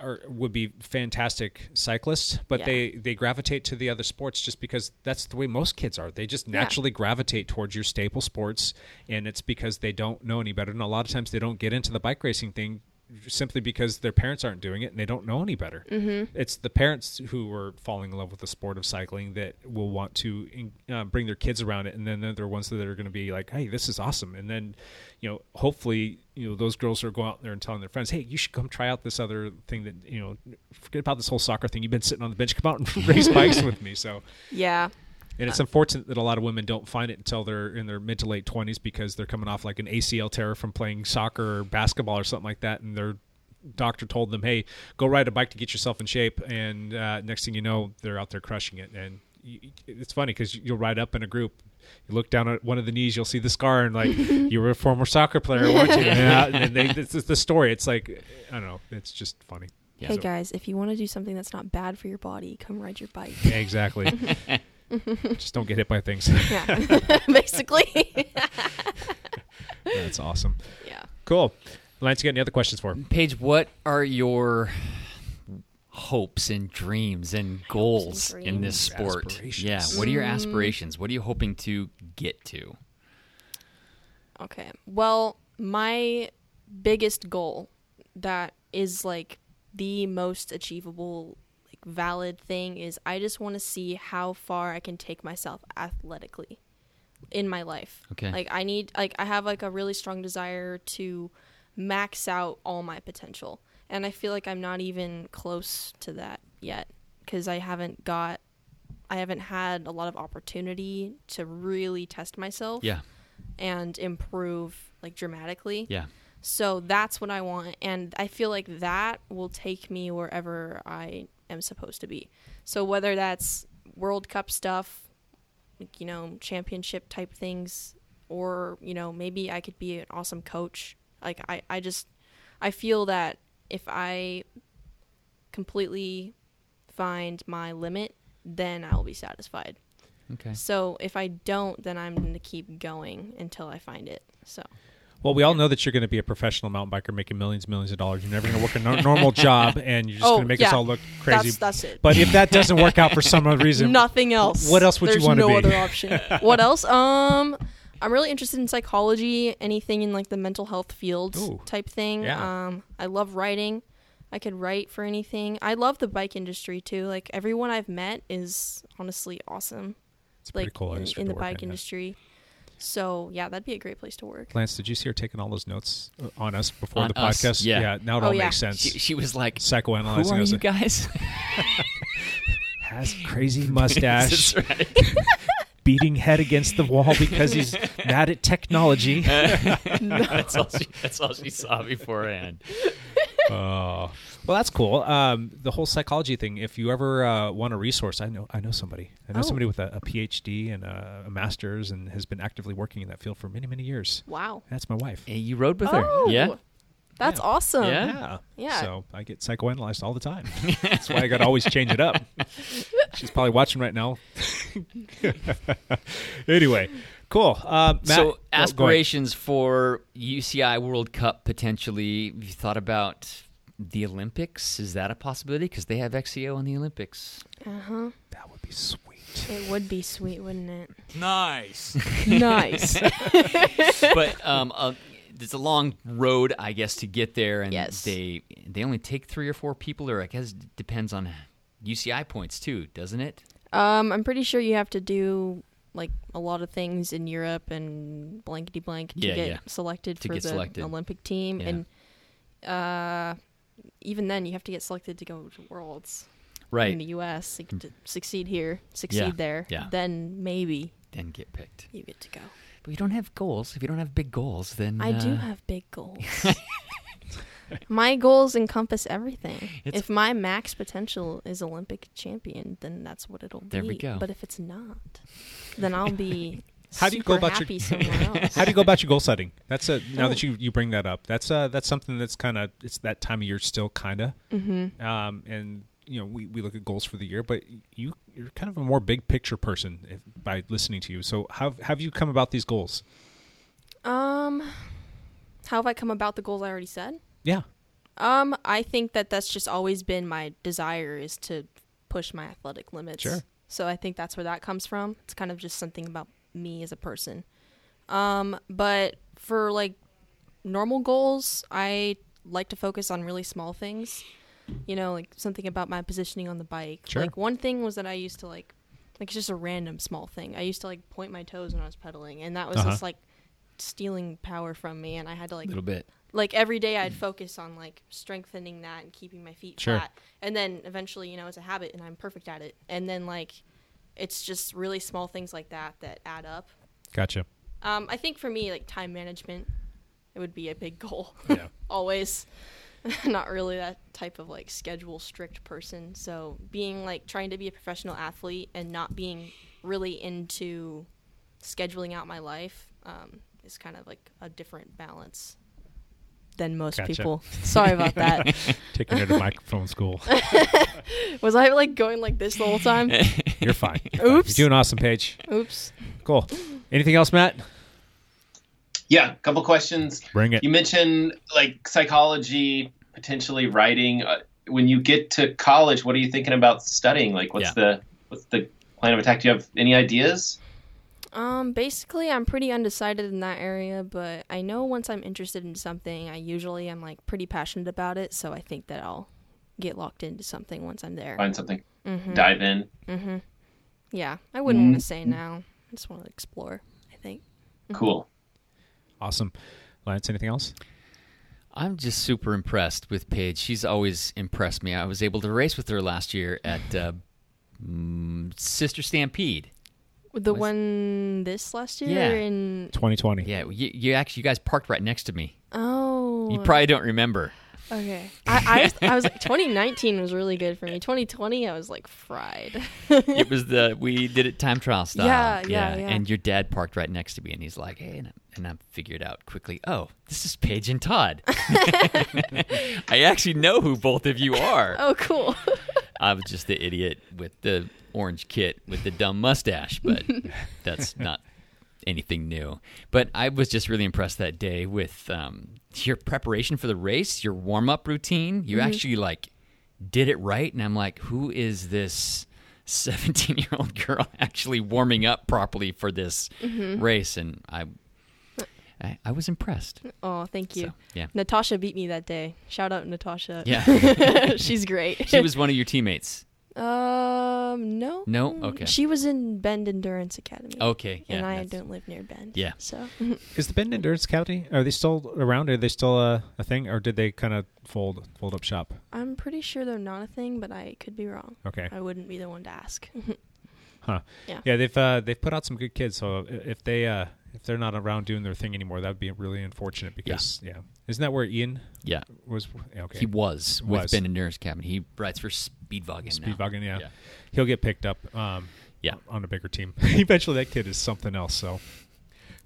Speaker 5: are would be fantastic cyclists, but
Speaker 8: Yeah.
Speaker 5: they they gravitate to the other sports just because that's the way most kids are. They just naturally gravitate towards your staple sports, and it's because they don't know any better. And a lot of times they don't get into the bike racing thing simply because their parents aren't doing it and they don't know any better. Mm-hmm. It's the parents who are falling in love with the sport of cycling that will want to in- uh, bring their kids around it, and then they're the ones that are going to be like, "Hey, this is awesome!" And then, you know, hopefully, you know, those girls are going out there and telling their friends, "Hey, you should come try out this other thing that you know, forget about this whole soccer thing. You've been sitting on the bench. Come out and race bikes with me." So,
Speaker 8: Yeah.
Speaker 5: and
Speaker 8: Uh,
Speaker 5: it's unfortunate that a lot of women don't find it until they're in their mid to late twenties because they're coming off like an ACL tear from playing soccer or basketball or something like that, and their doctor told them, "Hey, go ride a bike to get yourself in shape." And uh, next thing you know, they're out there crushing it. And y- y- it's funny because you'll ride up in a group, you look down at one of the knees, you'll see the scar, and like you were a former soccer player, weren't you? yeah. And they, this is the story. It's like I don't know. It's just funny. So-
Speaker 8: Hey guys, if you want to do something that's not bad for your body, come ride your bike.
Speaker 5: Yeah, exactly. just don't get hit by things.
Speaker 8: Yeah. Basically.
Speaker 5: That's awesome.
Speaker 8: yeah.
Speaker 5: Cool. Lance, you got any other questions for him?
Speaker 6: Paige, what are your hopes and dreams and goals in this sport?
Speaker 5: Aspirations.
Speaker 6: Yeah, what are your aspirations? What are you hoping to get to?
Speaker 8: Okay. Well, my biggest goal that is like the most achievable, like valid thing is I just want to see how far I can take myself athletically in my life.
Speaker 6: Okay.
Speaker 8: Like I need like I have like a really strong desire to max out all my potential. And I feel like I'm not even close to that yet cuz I haven't got I haven't had a lot of opportunity to really test myself
Speaker 6: Yeah.
Speaker 8: and improve like dramatically.
Speaker 6: Yeah.
Speaker 8: So that's what I want and I feel like that will take me wherever I am supposed to be. So whether that's World Cup stuff, like, you know, championship type things or, you know, maybe I could be an awesome coach. Like I I just I feel that if I completely find my limit, then I'll be satisfied.
Speaker 6: Okay.
Speaker 8: So if I don't, then I'm going to keep going until I find it. So
Speaker 5: Well, we all know that you're going to be a professional mountain biker making millions and millions of dollars. You're never going to work a nor- normal job, and you're just
Speaker 8: Oh,
Speaker 5: going to make us
Speaker 8: yeah.
Speaker 5: all look crazy.
Speaker 8: That's- that's it.
Speaker 5: But if that doesn't work out for some odd reason,
Speaker 8: nothing else.
Speaker 5: What else would you
Speaker 8: There's
Speaker 5: wanna
Speaker 8: no
Speaker 5: be?
Speaker 8: other option. what else? Um, I'm really interested in psychology, anything in like the mental health field
Speaker 5: Ooh.
Speaker 8: type thing.
Speaker 5: Yeah.
Speaker 8: Um, I love writing. I could write for anything. I love the bike industry too. Like everyone I've met is honestly awesome. It's
Speaker 5: pretty
Speaker 8: like
Speaker 5: cool
Speaker 8: in,
Speaker 5: industry
Speaker 8: in
Speaker 5: to
Speaker 8: the
Speaker 5: work in,
Speaker 8: bike
Speaker 5: yeah.
Speaker 8: industry. So yeah, that'd be a great place to work.
Speaker 5: Lance, did you see her taking all those notes uh, on us before
Speaker 6: On
Speaker 5: the
Speaker 6: us,
Speaker 5: podcast?
Speaker 6: yeah.
Speaker 5: now it
Speaker 8: Oh,
Speaker 5: all
Speaker 8: yeah.
Speaker 5: makes sense.
Speaker 6: She, she was like,
Speaker 5: Psychoanalyzing
Speaker 6: "Who are
Speaker 5: us.
Speaker 6: you guys?"
Speaker 5: Has crazy mustache,
Speaker 6: That's right.
Speaker 5: beating head against the wall because he's mad at technology.
Speaker 6: that's all she. That's all she saw beforehand.
Speaker 5: Oh, well, that's cool. Um, the whole psychology thing. If you ever uh, want a resource, I know I know somebody. I know
Speaker 8: Oh.
Speaker 5: somebody with a, a PhD and a, a master's and has been actively working in that field for many many years.
Speaker 8: Wow,
Speaker 5: That's my wife.
Speaker 6: Hey, you rode with
Speaker 8: Oh.
Speaker 6: her, yeah?
Speaker 8: that's awesome.
Speaker 6: Yeah.
Speaker 5: Yeah.
Speaker 8: Yeah.
Speaker 5: So I get psychoanalyzed all the time. That's why I got to always change it up. She's probably watching right now. anyway, cool. Uh, Matt, oh,
Speaker 6: so
Speaker 5: go ahead.
Speaker 6: aspirations for UCI World Cup potentially. Have you thought about the Olympics? Is that a possibility? Because they have XCO in the Olympics.
Speaker 5: That would be sweet.
Speaker 8: Uh-huh. It would be sweet, wouldn't it?
Speaker 9: Nice.
Speaker 8: nice.
Speaker 6: but um, uh, it's a long road, I guess, to get there, and
Speaker 8: Yes.
Speaker 6: they they only take three or four people, or I guess it depends on UCI points too, doesn't it?
Speaker 8: Um, I'm pretty sure you have to do like a lot of things in Europe and blankety blank to
Speaker 6: Yeah,
Speaker 8: get
Speaker 6: yeah.
Speaker 8: selected
Speaker 6: To
Speaker 8: for
Speaker 6: get
Speaker 8: the
Speaker 6: selected.
Speaker 8: Olympic team,
Speaker 6: Yeah.
Speaker 8: and uh, even then you have to get selected to go to Worlds
Speaker 6: Right.
Speaker 8: in the U.S. You get to succeed here, succeed
Speaker 6: Yeah,
Speaker 8: there,
Speaker 6: yeah.
Speaker 8: then maybe
Speaker 6: then get picked.
Speaker 8: you get to go.
Speaker 6: But you don't have goals. If you don't have big goals, then
Speaker 8: I do
Speaker 6: uh,
Speaker 8: have big goals. my goals encompass everything.
Speaker 6: It's-
Speaker 8: if my max potential is Olympic champion, then that's what it'll
Speaker 6: There
Speaker 8: be.
Speaker 6: we go.
Speaker 8: But if it's not, then I'll be
Speaker 5: How do you go
Speaker 8: super
Speaker 5: about your-
Speaker 8: happy somewhere else.
Speaker 5: How do you go about your goal setting? That's a now that you, you bring that up. That's uh that's something that's kind of it's that time of year still kind of. Mm-hmm. Um, and you know we, we look at goals for the year, but you you're kind of a more big picture person if, by listening to you. So how have you come about these goals?
Speaker 8: um, how have I come about the goals I already said?
Speaker 5: Yeah,
Speaker 8: Um, I think that that's just always been my desire is to push my athletic limits.
Speaker 5: Sure.
Speaker 8: So I think that's where that comes from. It's kind of just something about me as a person. Um, but for like normal goals, I like to focus on really small things. You know, like something about my positioning on the bike.
Speaker 5: Sure.
Speaker 8: Like one thing was that I used to like like it's just a random small thing. I used to like point my toes when I was pedaling and that was
Speaker 5: Uh-huh.
Speaker 8: just like stealing power from me and I had to like
Speaker 6: a little bit.
Speaker 8: like every day I'd focus on like strengthening that and keeping my feet
Speaker 5: Sure.
Speaker 8: flat. And then eventually, you know, it's a habit and I'm perfect at it. And then like it's just really small things like that that add up.
Speaker 5: gotcha.
Speaker 8: Um, I think for me, like time management, it would be a big goal.
Speaker 5: Yeah.
Speaker 8: Always. Not really that type of like schedule strict person. So being like trying to be a professional athlete and not being really into scheduling out my life um, is kind of like a different balance than most
Speaker 5: Gotcha.
Speaker 8: people. Sorry about that.
Speaker 5: Taking her to microphone school.
Speaker 8: Was I like going like this the whole time?
Speaker 5: You're fine. You're
Speaker 8: Oops.
Speaker 5: doing awesome, Paige.
Speaker 8: Oops.
Speaker 5: Cool. Anything else, Matt?
Speaker 7: Yeah, a couple questions.
Speaker 5: Bring it.
Speaker 7: You mentioned like psychology, potentially writing. Uh, when you get to college, what are you thinking about studying? Like, what's
Speaker 6: Yeah.
Speaker 7: the what's the plan of attack? Do you have any ideas?
Speaker 8: Um, basically, I'm pretty undecided in that area, but I know once I'm interested in something, I usually am like pretty passionate about it, so I think that I'll get locked into something once I'm there.
Speaker 7: Find something, dive in.
Speaker 8: Yeah, I wouldn't want to say
Speaker 6: Mm-hmm.
Speaker 8: now. I just want to explore. I think.
Speaker 7: Cool.
Speaker 5: Awesome. Lance, anything else?
Speaker 6: I'm just super impressed with Paige. She's always impressed me. I was able to race with her last year at uh, mm, Sister Stampede.
Speaker 8: The one this last year
Speaker 6: Yeah.
Speaker 8: in
Speaker 5: 2020.
Speaker 6: Yeah, you, you actually you guys parked right next to me.
Speaker 8: oh
Speaker 6: You probably don't remember.
Speaker 8: okay. I, I I was like 2019 was really good for me. 2020 I was like fried.
Speaker 6: It was the we did it time trial style.
Speaker 8: Yeah, yeah, yeah.
Speaker 6: And your dad parked right next to me, and he's like, "Hey," and I, and I figured out quickly, "Oh, this is Paige and Todd." I actually know who both of you are.
Speaker 8: oh cool.
Speaker 6: I was just the idiot with the orange kit with the dumb mustache, but that's not anything new. But I was just really impressed that day with um, your preparation for the race, your warm up routine. You
Speaker 8: Mm-hmm.
Speaker 6: actually like did it right, and I'm like, who is this? 17 year old girl actually warming up properly for this
Speaker 8: Mm-hmm.
Speaker 6: race and I, I I was impressed.
Speaker 8: Oh, Uh, thank you.
Speaker 6: So, yeah.
Speaker 8: Natasha beat me that day. Shout out Natasha.
Speaker 6: Yeah.
Speaker 8: She's great.
Speaker 6: she was one of your teammates.
Speaker 8: um no.
Speaker 6: No? Okay.
Speaker 8: She was in Bend Endurance Academy.
Speaker 6: Okay, yeah,
Speaker 8: and I
Speaker 6: that's-
Speaker 8: don't live near Bend.
Speaker 6: Yeah.
Speaker 8: So
Speaker 5: Is the Bend Endurance Academy, are they still around? Are they still a, a thing? Or did they kind of fold fold up shop?
Speaker 8: I'm pretty sure they're not a thing, but I could be wrong.
Speaker 5: Okay.
Speaker 8: I wouldn't be the one to ask.
Speaker 5: Huh.
Speaker 8: Yeah.
Speaker 5: they've uh, they've put out some good kids. So i- if they uh, if they're not around doing their thing anymore, that would be really unfortunate because yeah. Isn't that where Ian
Speaker 6: Yeah.
Speaker 5: was yeah, okay.
Speaker 6: He was with
Speaker 5: Was.
Speaker 6: Ben and Nurse Cabin. He writes for Speedwagon now.
Speaker 5: Speedwagon, yeah.
Speaker 6: Yeah.
Speaker 5: He'll get picked up um,
Speaker 6: Yeah.
Speaker 5: on a bigger team. Eventually that kid is something else, so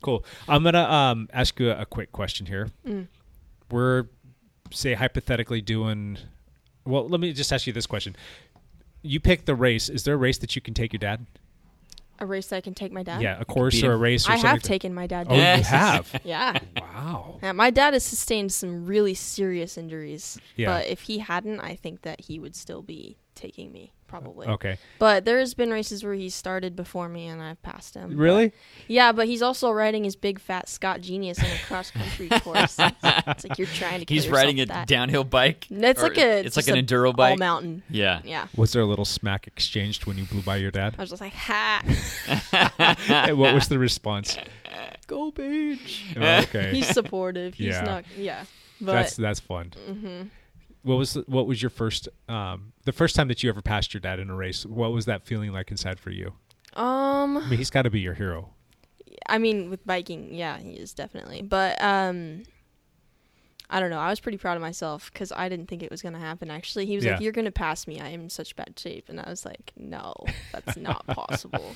Speaker 5: cool. I'm gonna um, ask you a, a quick question here.
Speaker 8: Mm.
Speaker 5: We're say hypothetically doing well, let me just ask you this question. You pick the race. Is there a race that you can take your dad?
Speaker 8: A race that I can take my dad?
Speaker 5: yeah, a course
Speaker 6: beat
Speaker 5: or a
Speaker 6: him.
Speaker 5: race or
Speaker 8: I
Speaker 5: something.
Speaker 8: have taken my dad.
Speaker 5: Oh,
Speaker 8: down.
Speaker 5: you
Speaker 6: Yes.
Speaker 5: have.
Speaker 8: Yeah.
Speaker 5: wow.
Speaker 8: Yeah, my dad has sustained some really serious injuries.
Speaker 5: Yeah.
Speaker 8: But if he hadn't, I think that he would still be taking me, probably.
Speaker 5: Okay.
Speaker 8: But there's been races where he started before me and I've passed him. but-
Speaker 5: Really?
Speaker 8: yeah, but he's also riding his big fat Scott Genius in a cross country course. it's like you're trying to kill
Speaker 6: He's
Speaker 8: yourself
Speaker 6: riding a
Speaker 8: with that.
Speaker 6: downhill bike.
Speaker 8: It's
Speaker 6: Or
Speaker 8: like a
Speaker 6: it's like
Speaker 8: just
Speaker 6: an
Speaker 8: a
Speaker 6: enduro bike.
Speaker 8: All mountain.
Speaker 6: Yeah.
Speaker 8: Yeah.
Speaker 5: Was there a little smack exchanged when you blew by your dad?
Speaker 8: I was just like, ha.
Speaker 5: And what was the response? Go Paige. Oh, okay.
Speaker 8: He's supportive. He's
Speaker 5: Yeah.
Speaker 8: not. Yeah. But
Speaker 5: that's that's fun. What was the, what was your first um, the first time that you ever passed your dad in a race? What was that feeling like inside for you?
Speaker 8: um,
Speaker 5: I mean, he's got to be your hero.
Speaker 8: I mean, with biking, yeah, he is definitely. But um, I don't know. I was pretty proud of myself because I didn't think it was gonna happen. Actually, he was
Speaker 5: Yeah.
Speaker 8: like, "You're gonna pass me. I am in such bad shape," and I was like, "No, that's not possible."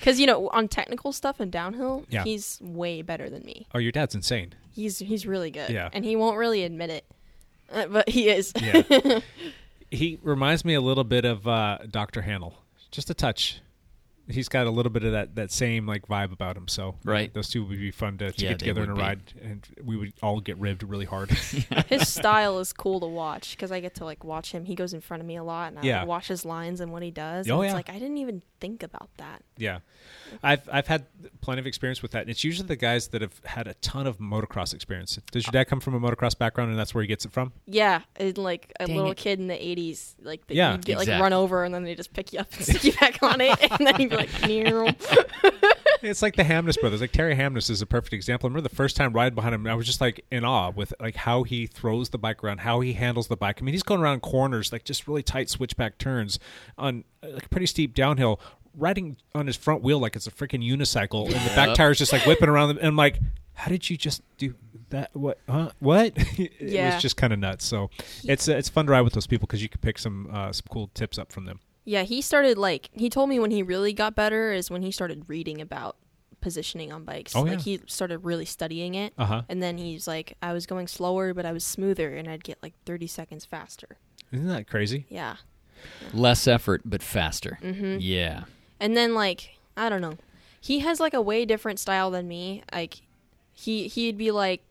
Speaker 8: Because you know, on technical stuff and downhill,
Speaker 5: Yeah.
Speaker 8: he's way better than me.
Speaker 5: Oh, your dad's insane.
Speaker 8: He's he's really good.
Speaker 5: Yeah.
Speaker 8: and he won't really admit it, uh, but he is.
Speaker 5: Yeah. he reminds me a little bit of uh, Dr. Hannell. Just a touch. He's got a little bit of that, that same like vibe about him. So
Speaker 6: Right.
Speaker 5: those two would be fun to, to
Speaker 6: Yeah,
Speaker 5: get
Speaker 6: they
Speaker 5: together in a
Speaker 6: would be.
Speaker 5: ride, and we would all get ribbed really hard.
Speaker 8: his style is cool to watch because I get to like watch him. He goes in front of me a lot, and I
Speaker 5: Yeah.
Speaker 8: like, watch his lines and what he does.
Speaker 5: Oh,
Speaker 8: and it's
Speaker 5: yeah.
Speaker 8: like I didn't even think about that.
Speaker 5: Yeah, I've I've had plenty of experience with that, and it's usually the guys that have had a ton of motocross experience. Does
Speaker 6: Uh,
Speaker 5: your dad come from a motocross background, and that's where he gets it from?
Speaker 8: Yeah, and like a
Speaker 6: Dang
Speaker 8: little
Speaker 6: it.
Speaker 8: kid in the '80s, like that
Speaker 5: Yeah,
Speaker 8: you'd get like
Speaker 6: exactly.
Speaker 8: run over, and then they just pick you up and stick you back on it, and then you'd be like, "Near."
Speaker 5: It's like the Hamness brothers. Like Terry Hamness is a perfect example. I remember the first time riding behind him, I was just like in awe with like how he throws the bike around, how he handles the bike. I mean, he's going around corners like just really tight switchback turns on uh, like a pretty steep downhill, riding on his front wheel like it's a freaking unicycle, and the back tires just like whipping around them. And I'm like, how did you just do that? What? Huh? What? it
Speaker 8: Yeah.
Speaker 5: was just kind of nuts. So it's uh, it's fun to ride with those people because you can pick some uh, some cool tips up from them.
Speaker 8: yeah, he started like he told me when he really got better is when he started reading about positioning on bikes.
Speaker 5: Oh,
Speaker 8: like
Speaker 5: yeah.
Speaker 8: he started really studying it,
Speaker 5: Uh-huh.
Speaker 8: and then he's like, "I was going slower, but I was smoother, and I'd get like 30 seconds faster."
Speaker 5: Isn't that crazy?
Speaker 8: Yeah.
Speaker 6: Less effort but faster.
Speaker 8: Mm-hmm.
Speaker 6: Yeah.
Speaker 8: And then like I don't know, he has like a way different style than me. Like he he'd be like,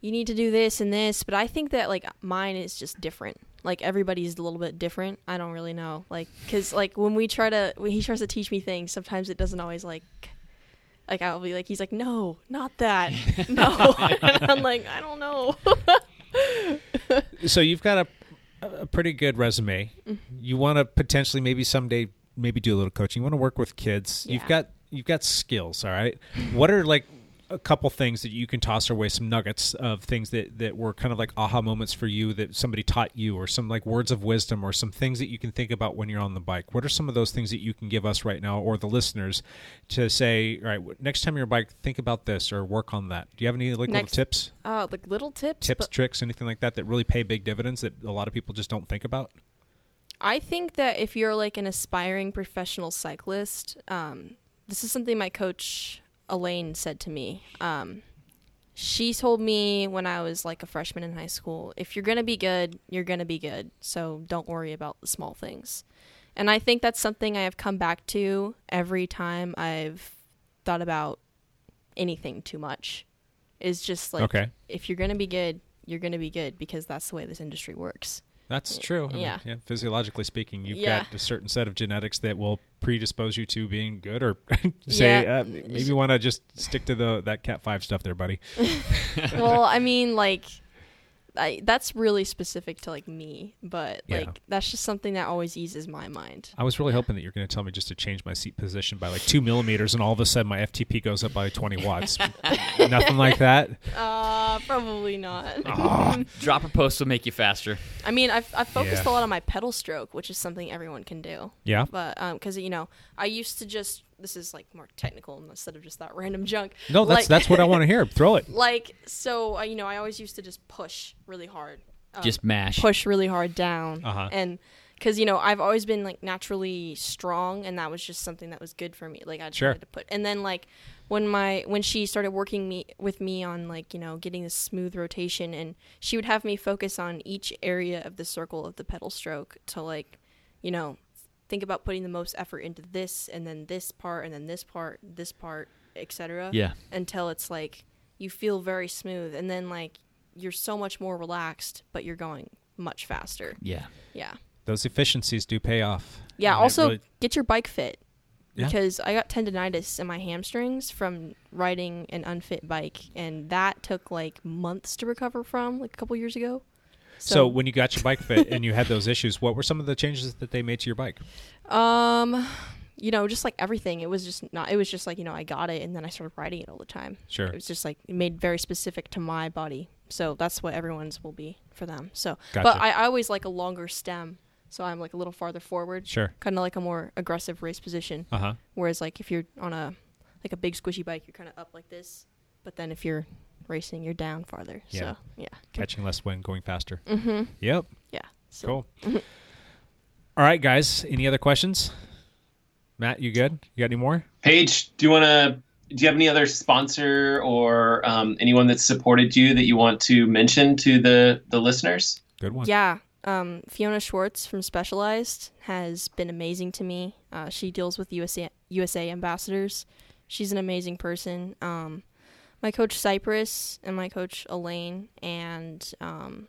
Speaker 8: you need to do this and this, but I think that like mine is just different. Like everybody's a little bit different. I don't really know. Like because like when we try to when he tries to teach me things, sometimes it doesn't always like Like I'll be like, he's like, no, not that, no. and I'm like, I don't know.
Speaker 5: so you've got a, a pretty good resume.
Speaker 8: Mm-hmm.
Speaker 5: You want to potentially maybe someday maybe do a little coaching. You want to work with kids. You've
Speaker 8: Yeah.
Speaker 5: got you've got skills. All right. what are like a couple things that you can toss our way? Some nuggets of things that that were kind of like aha moments for you that somebody taught you, or some like words of wisdom, or some things that you can think about when you're on the bike. What are some of those things that you can give us right now, or the listeners, to say, all right, w- next time you're on bike, think about this or work on that. Do you have any like
Speaker 8: Next-
Speaker 5: little tips?
Speaker 8: Oh, like little tips.
Speaker 5: tips,
Speaker 8: but
Speaker 5: tricks, anything like that that really pay big dividends that a lot of people just don't think about?
Speaker 8: I think that if you're like an aspiring professional cyclist, um, this is something my coach Elaine said to me. Um, she told me when I was like a freshman in high school, if you're gonna be good, you're gonna be good. So don't worry about the small things. And I think that's something I have come back to every time I've thought about anything too much. Is just like
Speaker 5: Okay.
Speaker 8: if you're gonna be good, you're gonna be good because that's the way this industry works.
Speaker 5: That's true. I mean,
Speaker 8: Mm, yeah.
Speaker 5: Physiologically speaking, you've
Speaker 8: Yeah.
Speaker 5: got a certain set of genetics that will predispose you to being good, or say
Speaker 8: Yeah.
Speaker 5: uh, maybe you want to just stick to the that Cat Five stuff there, buddy.
Speaker 8: well, I mean, like, I, that's really specific to like me, but
Speaker 5: Yeah.
Speaker 8: like that's just something that always eases my mind.
Speaker 5: I was really hoping that you're going to tell me just to change my seat position by like two millimeters, and all of a sudden my FTP goes up by 20 watts. Nothing like that.
Speaker 8: Uh, probably not.
Speaker 6: Drop a post will make you faster.
Speaker 8: I mean, I've, I've focused
Speaker 5: Ah. Yeah.
Speaker 8: a lot on my pedal stroke, which is something everyone can do.
Speaker 5: Yeah.
Speaker 8: But because you know, I used to just this is like more technical instead of just that random junk.
Speaker 5: No, that's
Speaker 8: Like-
Speaker 5: that's what I want to hear. Throw it.
Speaker 8: like so, uh, you know, I always used to just push really hard
Speaker 6: Just mash.
Speaker 8: Oh. push really hard down
Speaker 5: Uh-huh.
Speaker 8: and because you know i've always been like naturally strong and that was just something that was good for me like i just
Speaker 5: Sure.
Speaker 8: wanted to put and then like when my when she started working me with me on like you know getting this smooth rotation and she would have me focus on each area of the circle of the pedal stroke to like you know think about putting the most effort into this and then this part and then this part this part etc
Speaker 6: Yeah.
Speaker 8: until it's like you feel very smooth and then like you're so much more relaxed but you're going much faster
Speaker 6: Yeah.
Speaker 8: yeah
Speaker 5: Those efficiencies do pay off.
Speaker 8: yeah
Speaker 5: And it
Speaker 8: also
Speaker 5: really-
Speaker 8: get your bike fit
Speaker 5: Yeah.
Speaker 8: because i got tendonitis in my hamstrings from riding an unfit bike and that took like months to recover from like a couple years ago
Speaker 5: so, when you got your bike fit and you had those issues, what were some of the changes that they made to your bike?
Speaker 8: um you know just like everything it was just not it was just like you know i got it and then i started riding it all the time
Speaker 5: Sure.
Speaker 8: it was just like made very specific to my body so that's what everyone's will be for them so but
Speaker 5: Gotcha.
Speaker 8: I, I always like a longer stem so i'm like a little farther forward
Speaker 5: Sure.
Speaker 8: kind of like a more aggressive race position
Speaker 5: Uh huh.
Speaker 8: Whereas like if you're on a like a big squishy bike, you're kind of up like this, but then if you're racing, you're down farther.
Speaker 5: Yeah.
Speaker 8: So yeah,
Speaker 5: catching less wind, going faster. Mm-hmm. Yep.
Speaker 8: yeah. So Mm-hmm.
Speaker 5: Cool. All right, guys. Any other questions? Matt, you good? You got any more?
Speaker 7: Paige, do you want to? Do you have any other sponsor or um, anyone that's supported you that you want to mention to the the listeners?
Speaker 5: Good one.
Speaker 8: yeah, um, Fiona Schwartz from Specialized has been amazing to me. Uh, she deals with USA USA ambassadors. She's an amazing person. Um, my coach Cypress and my coach Elaine and um,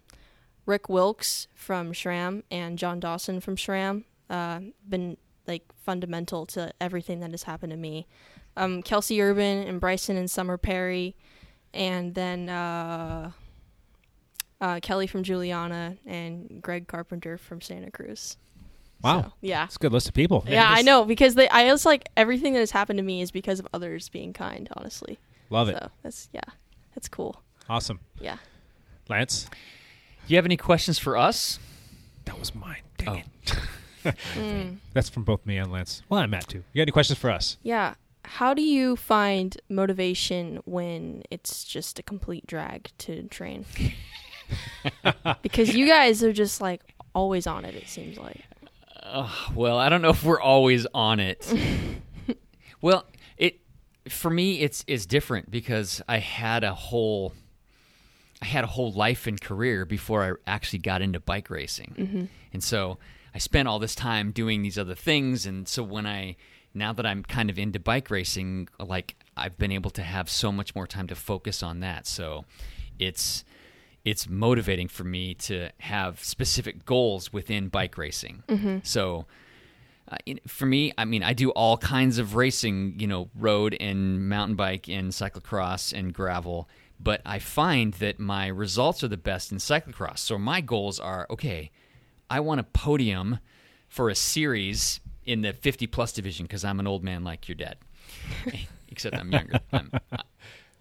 Speaker 8: Rick Wilkes from Shram and John Dawson from Shram uh, been like fundamental to everything that has happened to me. Um, Kelsey Urban and Bryson and Summer Perry, and then uh, uh, Kelly from Juliana and Greg Carpenter from Santa Cruz.
Speaker 5: Wow.
Speaker 8: So, yeah.
Speaker 5: It's a good list of people.
Speaker 8: Yeah, I know because they, I was like everything that has happened to me is because of others being kind. Honestly,
Speaker 5: Love it.
Speaker 8: so that's yeah, that's cool.
Speaker 5: Awesome.
Speaker 8: Yeah.
Speaker 5: Lance,
Speaker 6: Do you have any questions for us?
Speaker 5: that was mine. Dang it. Oh.
Speaker 8: Mm.
Speaker 5: That's from both me and Lance. Well, and Matt, too. You got any questions for us?
Speaker 8: Yeah. How do you find motivation when it's just a complete drag to train? because you guys are just like always on it, it seems like.
Speaker 6: Well, I don't know if we're always on it. well, it for me it's it's different because I had a whole I had a whole life and career before I actually got into bike racing. And so I spent all this time doing these other things and so when I now that I'm kind of into bike racing like I've been able to have so much more time to focus on that. So it's it's motivating for me to have specific goals within bike racing. So uh, you know, for me, I mean, I do all kinds of racing, you know, road and mountain bike and cyclocross and gravel, but I find that my results are the best in cyclocross. So my goals are okay, I want a podium for a series in the 50 plus division because I'm an old man like your dad, except I'm younger. I'm,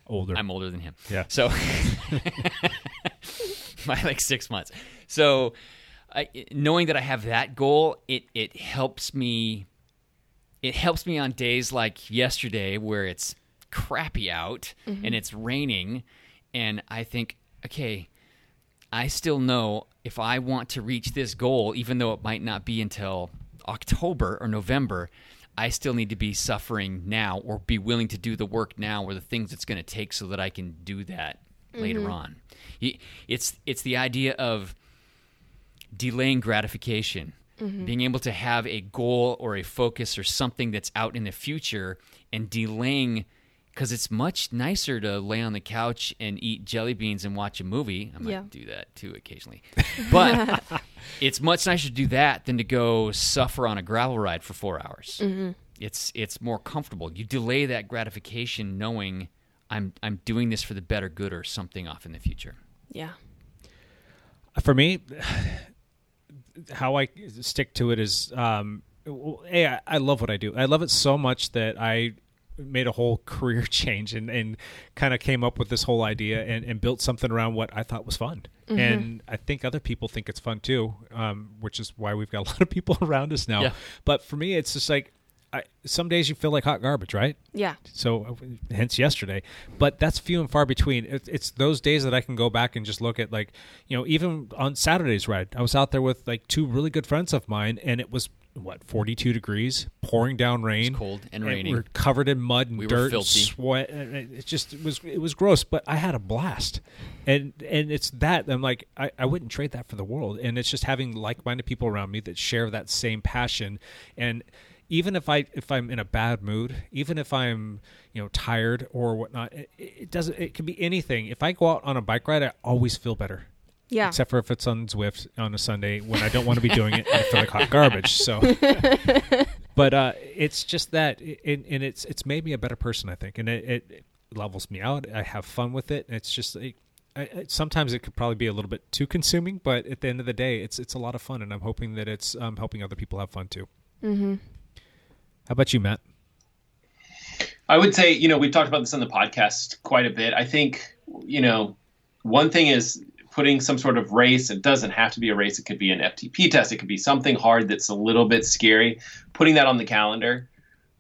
Speaker 5: Older.
Speaker 6: I'm older than him.
Speaker 5: Yeah.
Speaker 6: So by like six months. So I, knowing that I have that goal, it it helps me. It helps me on days like yesterday where it's crappy out and it's raining, and I think, okay, I still know if I want to reach this goal, even though it might not be until October or November, I still need to be suffering now or be willing to do the work now or the things it's going to take so that I can do that later on. Y- It's it's the idea of delaying gratification, being able to have a goal or a focus or something that's out in the future and delaying because it's much nicer to lay on the couch and eat jelly beans and watch a movie. I might
Speaker 8: Yeah.
Speaker 6: do that too occasionally. But it's much nicer to do that than to go suffer on a gravel ride for four hours. It's it's more comfortable. You delay that gratification knowing I'm I'm doing this for the better good or something off in the future.
Speaker 8: Yeah.
Speaker 5: for me how i stick to it is um well, hey I, I love what i do i love it so much that i made a whole career change and, and kind of came up with this whole idea and, and built something around what i thought was fun and i think other people think it's fun too um, which is why we've got a lot of people around us now
Speaker 6: Yeah.
Speaker 5: but for me it's just like I, some days you feel like hot garbage right
Speaker 8: Yeah.
Speaker 5: so uh, hence yesterday but that's few and far between it, it's those days that i can go back and just look at like you know even on saturday's ride i was out there with like two really good friends of mine and it was what 42 degrees pouring down rain
Speaker 6: cold and raining.
Speaker 5: we're covered in mud and
Speaker 6: We were
Speaker 5: dirt and
Speaker 6: filthy.
Speaker 5: sweat and it it just it was it was gross but i had a blast and and it's that i'm like I, I wouldn't trade that for the world and it's just having like-minded people around me that share that same passion and even if i if i'm in a bad mood even if i'm you know tired or whatnot it, it doesn't it can be anything if i go out on a bike ride i always feel better
Speaker 8: Yeah.
Speaker 5: Except for if it's on Zwift on a Sunday when I don't want to be doing it, and I feel like hot garbage. So, but uh, it's just that, and, and it's it's made me a better person, I think, and it, it, it levels me out. I have fun with it, and it's just like, I, I, sometimes it could probably be a little bit too consuming, but at the end of the day, it's it's a lot of fun, and I'm hoping that it's um, helping other people have fun too. Mm-hmm. How about you, Matt?
Speaker 7: I would say, you know, we've talked about this on the podcast quite a bit. I think, you know, one thing is putting some sort of race. It doesn't have to be a race. It could be an FTP test. It could be something hard that's a little bit scary. Putting that on the calendar,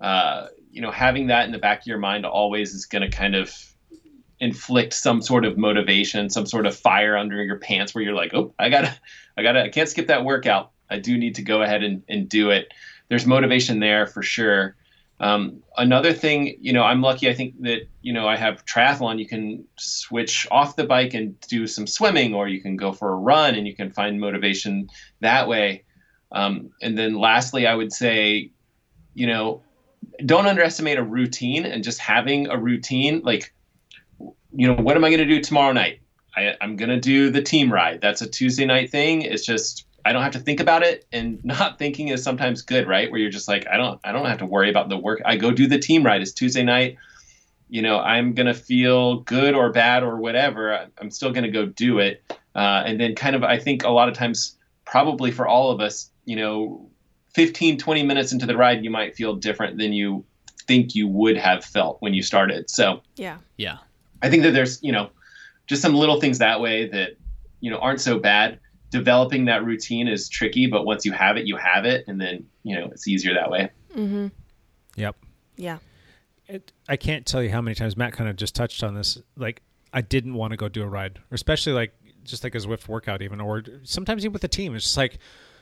Speaker 7: uh, you know, having that in the back of your mind always is going to kind of inflict some sort of motivation, some sort of fire under your pants where you're like, oh, I gotta, I gotta, I can't skip that workout. I do need to go ahead and, and do it. There's motivation there for sure. Um, another thing, you know, I'm lucky. I think that you know I have triathlon. You can switch off the bike and do some swimming, or you can go for a run, and you can find motivation that way. Um, and then lastly, I would say, you know, don't underestimate a routine and just having a routine. Like, you know, what am I going to do tomorrow night? I, I'm going to do the team ride. That's a Tuesday night thing. It's just I don't have to think about it, and not thinking is sometimes good, right? Where you're just like, I don't, I don't have to worry about the work. I go do the team ride. It's Tuesday night. You know, I'm gonna feel good or bad or whatever. I- I'm still gonna go do it. Uh, and then, kind of, I think a lot of times, probably for all of us, you know, 15, 20 minutes into the ride, you might feel different than you think you would have felt when you started. So,
Speaker 8: Yeah.
Speaker 6: Yeah.
Speaker 7: I think that there's, you know, just some little things that way that, you know, aren't so bad. Developing that routine is tricky, but once you have it, you have it. And then, you know, it's easier that way.
Speaker 5: Yep.
Speaker 8: Yeah.
Speaker 5: it, I can't tell you how many times Matt kind of just touched on this. Like, I didn't want to go do a ride, or especially like just like a Zwift workout, even or sometimes even with the team. It's just like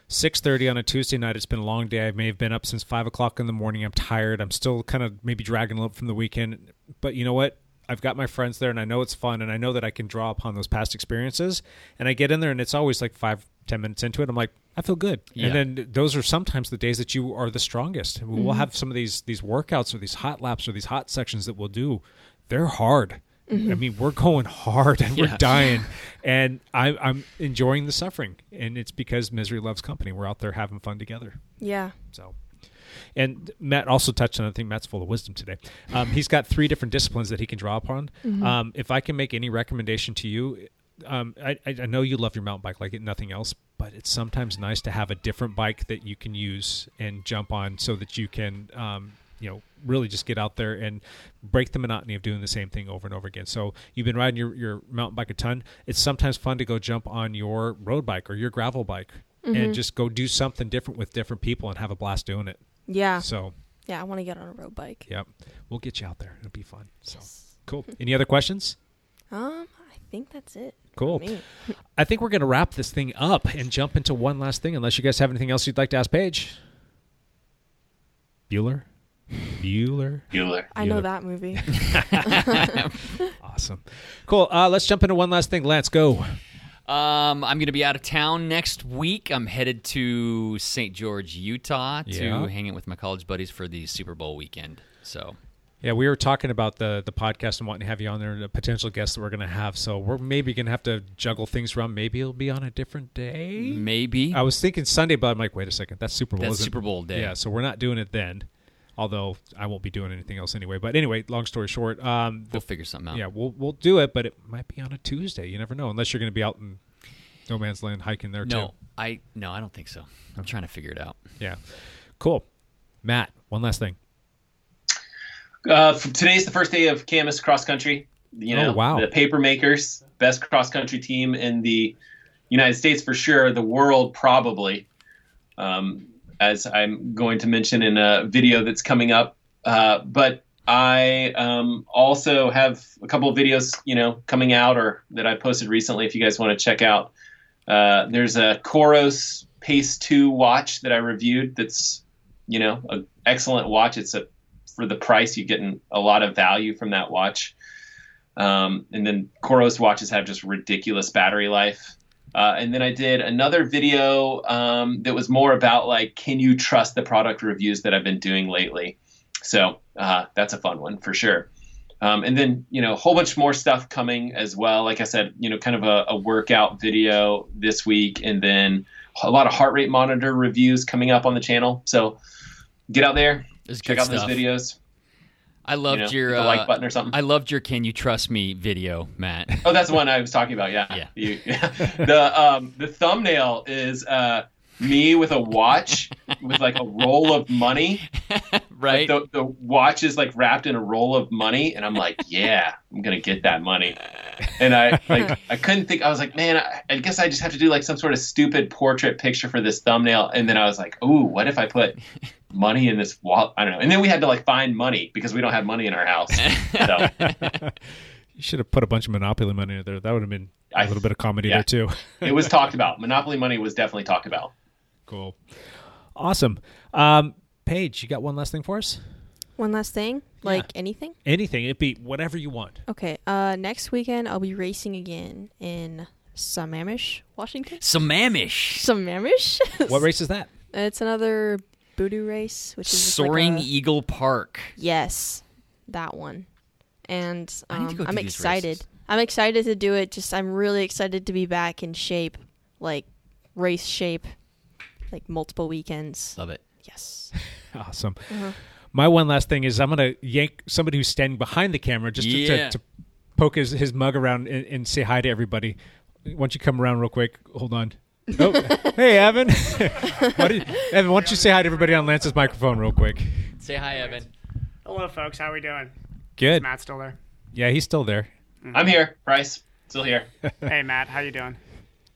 Speaker 5: six thirty on a Tuesday night. It's been a long day. I may have been up since five o'clock in the morning. I'm tired. I'm still kind of maybe dragging a little from the weekend, but you know what? I've got my friends there, and I know it's fun, and I know that I can draw upon those past experiences. And I get in there, and it's always like five, ten minutes into it. I'm like, I feel good,
Speaker 6: Yeah.
Speaker 5: and then and those are sometimes the days that you are the strongest. We'll have some of these these workouts or these hot laps or these hot sections that we'll do. They're hard. I mean, we're going hard and we're dying, and I, I'm enjoying the suffering. And it's because misery loves company. We're out there having fun together.
Speaker 8: Yeah.
Speaker 5: So, and Matt also touched on. I think Matt's full of wisdom today. Um, he's got three different disciplines that he can draw upon. Um, if I can make any recommendation to you, um, I, I I know you love your mountain bike like nothing else, but it's sometimes nice to have a different bike that you can use and jump on so that you can, um, you know, really just get out there and break the monotony of doing the same thing over and over again. So you've been riding your, your mountain bike a ton. It's sometimes fun to go jump on your road bike or your gravel bike and just go do something different with different people and have a blast doing it.
Speaker 8: Yeah.
Speaker 5: So,
Speaker 8: Yeah, I want to get on a road bike.
Speaker 5: yep, we'll get you out there. It'll be fun. So cool. Any other questions?
Speaker 8: Um, I think that's it.
Speaker 5: Cool.
Speaker 8: Me.
Speaker 5: I think we're going to wrap this thing up and jump into one last thing, unless you guys have anything else you'd like to ask Paige. Bueller? Bueller?
Speaker 7: Bueller.
Speaker 8: I
Speaker 5: You
Speaker 8: know
Speaker 5: look-
Speaker 8: that movie.
Speaker 5: Awesome. Cool. Uh, let's jump into one last thing. Lance, go.
Speaker 6: Um, I'm going to be out of town next week. I'm headed to St. George, Utah to
Speaker 5: Yeah.
Speaker 6: hang out with my college buddies for the Super Bowl weekend. So
Speaker 5: Yeah, we were talking about the the podcast and wanting to have you on there, the potential guests that we're going to have. So we're maybe going to have to juggle things around. Maybe it'll be on a different day.
Speaker 6: maybe.
Speaker 5: I was thinking Sunday, but I'm like, wait a second, that's Super Bowl.
Speaker 6: That's
Speaker 5: isn't it?
Speaker 6: Super Bowl day.
Speaker 5: Yeah, so we're not doing it then. Although I won't be doing anything else anyway. But anyway, long story short, um, the
Speaker 6: we'll figure something out.
Speaker 5: Yeah, we'll we'll do it, but it might be on a Tuesday. You never know, unless you're going to be out in no man's land hiking there
Speaker 6: No,
Speaker 5: too.
Speaker 6: I no, I don't think so. I'm trying to figure it out.
Speaker 5: Yeah, cool. Matt, one last thing.
Speaker 7: Uh, f- today's the first day of Camus cross country. You
Speaker 5: Oh,
Speaker 7: know,
Speaker 5: wow.
Speaker 7: the paper makers, best cross country team in the United States for sure, the world probably. Um, as I'm going to mention in a video that's coming up, uh, but I um, also have a couple of videos, you know, coming out or that I posted recently. If you guys want to check out, uh, there's a Koros Pace Two watch that I reviewed. That's you know an excellent watch. It's a for the price you're getting a lot of value from that watch. Um, and then Koros watches have just ridiculous battery life. Uh, and then I did another video um, that was more about like, can you trust the product reviews that I've been doing lately? So uh, that's a fun one for sure. Um, and then you know a whole bunch more stuff coming as well. Like I said, you know, kind of a, a workout video this week, and then a lot of heart rate monitor reviews coming up on the channel. So get out there,
Speaker 6: It's
Speaker 7: check
Speaker 6: good
Speaker 7: out
Speaker 6: stuff.
Speaker 7: those videos.
Speaker 6: I loved
Speaker 7: You know,
Speaker 6: your
Speaker 7: hit the
Speaker 6: uh,
Speaker 7: like button or something.
Speaker 6: I loved your "Can You Trust Me" video, Matt.
Speaker 7: Oh, that's the one I was talking about. Yeah.
Speaker 6: Yeah.
Speaker 7: You- the um, the thumbnail is uh, me with a watch with like a roll of money.
Speaker 6: right?
Speaker 7: The, the watch is like wrapped in a roll of money, and I'm like, yeah, I'm gonna get that money. And I like I couldn't think. I was like, man, I, I guess I just have to do like some sort of stupid portrait picture for this thumbnail. And then I was like, ooh, what if I put money in this wallet? I don't know. And then we had to like find money because we don't have money in our house. So
Speaker 5: You should have put a bunch of Monopoly money in there. That would have been a
Speaker 7: I-
Speaker 5: little bit of comedy
Speaker 7: yeah.
Speaker 5: there too.
Speaker 7: it was talked about. Monopoly money was definitely talked about.
Speaker 5: cool, awesome. Um, Paige, you got one last thing for us?
Speaker 8: One last thing, like anything.
Speaker 5: Anything? It be whatever you want.
Speaker 8: Okay. Uh, next weekend I'll be racing again in Sammamish, Washington.
Speaker 6: Sammamish,
Speaker 8: Sammamish.
Speaker 5: What race is that?
Speaker 8: it's another voodoo race, which is just like
Speaker 6: Soaring E-
Speaker 8: a-
Speaker 6: Eagle Park.
Speaker 8: Yes, that one. And
Speaker 6: I need to
Speaker 8: um,
Speaker 6: go do
Speaker 8: I'm
Speaker 6: these
Speaker 8: excited.
Speaker 6: races.
Speaker 8: I'm excited to do it. Just I'm really excited to be back in shape, like race shape, like multiple weekends.
Speaker 6: Love it.
Speaker 8: Yes.
Speaker 5: Awesome. My one last thing is I'm going to yank somebody who's standing behind the camera just to, to-
Speaker 6: Yeah.
Speaker 5: to, poke his, his mug around and, and say hi to everybody. Why don't you come around real quick? Hold on. Oh, hey, Evan. why don't you, Evan, why don't you say hi to everybody on Lance's microphone real quick?
Speaker 6: Say hi, Evan.
Speaker 11: Hello, folks. How are we doing?
Speaker 5: Good.
Speaker 11: Matt still there?
Speaker 5: Yeah, he's still there.
Speaker 11: Mm-hmm.
Speaker 7: I'm here, Price. Still here.
Speaker 11: hey, Matt. How you doing?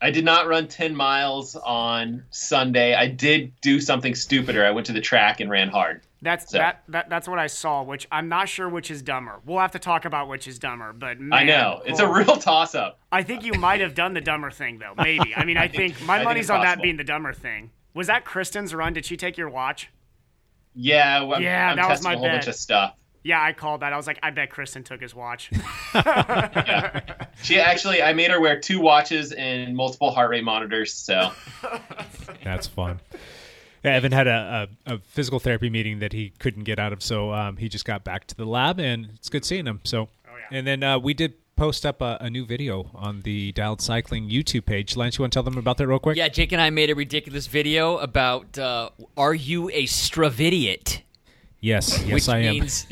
Speaker 7: I did not run 10 miles on Sunday. I did do something stupider. I went to the track and ran hard.
Speaker 11: That's
Speaker 7: So-
Speaker 11: that, that. That's what I saw. Which I'm not sure which is dumber. We'll have to talk about which is dumber. But man,
Speaker 7: I know. It's a
Speaker 11: oh.
Speaker 7: real toss up.
Speaker 11: I think you might have done the dumber thing though. Maybe. I mean, I think
Speaker 7: I
Speaker 11: my
Speaker 7: think
Speaker 11: money's
Speaker 7: it's
Speaker 11: on that
Speaker 7: possible.
Speaker 11: being the dumber thing. Was that Kristen's run? Did she take your watch?
Speaker 7: Yeah, well, I'm,
Speaker 11: Yeah,
Speaker 7: I'm
Speaker 11: that was
Speaker 7: testing
Speaker 11: my
Speaker 7: a whole bunch
Speaker 11: bet.
Speaker 7: of stuff.
Speaker 11: Yeah, I called that. I was like, I bet Kristen took his watch.
Speaker 7: She actually, I made her wear two watches and multiple heart rate monitors. So
Speaker 5: That's fun. Yeah, Evan had a, a, a physical therapy meeting that he couldn't get out of, so um, he just got back to the lab, and it's good seeing him. So,
Speaker 11: yeah.
Speaker 5: and then uh, we did post up a, a new video on the Dialed Cycling YouTube page. Lance, you want to tell them about that real quick?
Speaker 6: Yeah, Jake and I made a ridiculous video about uh, are you a Stravidiot?
Speaker 5: Yes, yes,
Speaker 6: Which
Speaker 5: I am.
Speaker 6: means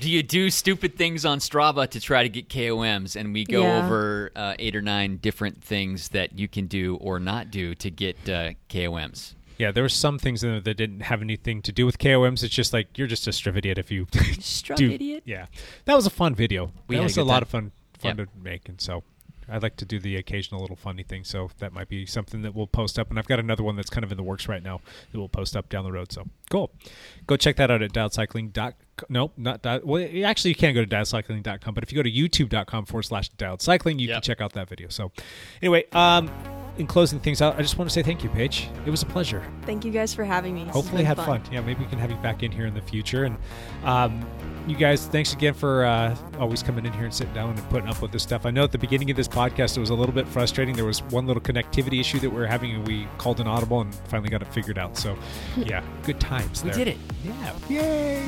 Speaker 6: do you do stupid things on Strava to try to get KOMs? And we go
Speaker 8: Yeah.
Speaker 6: over uh, eight or nine different things that you can do or not do to get uh, KOMs.
Speaker 5: yeah, there were some things in there that didn't have anything to do with KOMs. It's just like you're just a Stravidiot if you do.
Speaker 6: Stravidiot?
Speaker 5: Yeah, that was a fun video.
Speaker 6: We
Speaker 5: that
Speaker 6: had a
Speaker 5: was a,
Speaker 6: good
Speaker 5: lot
Speaker 6: time.
Speaker 5: of fun, fun
Speaker 6: Yeah.
Speaker 5: to make, and so. I'd like to do the occasional little funny thing, so that might be something that we'll post up. And I've got another one that's kind of in the works right now that we'll post up down the road. So cool. Go check that out at dialedcycling. dot- No, not dot. Well, actually, you can go to dialedcycling.com, but if you go to youtube.com forward slash dialedcycling, you can
Speaker 6: Yep.
Speaker 5: check out that video. So anyway, um, in closing things out, I just want to say thank you, Paige. It was a pleasure.
Speaker 8: Thank you guys for having me. This has
Speaker 5: Hopefully, had
Speaker 8: been
Speaker 5: fun. Yeah, maybe we can have you back in here in the future. And um, you guys, thanks again for uh, always coming in here and sitting down and putting up with this stuff. I know at the beginning of this podcast, it was a little bit frustrating. There was one little connectivity issue that we were having, and we called an audible and finally got it figured out. So, yeah, good times.
Speaker 6: We
Speaker 5: there.
Speaker 6: did it.
Speaker 5: Yeah.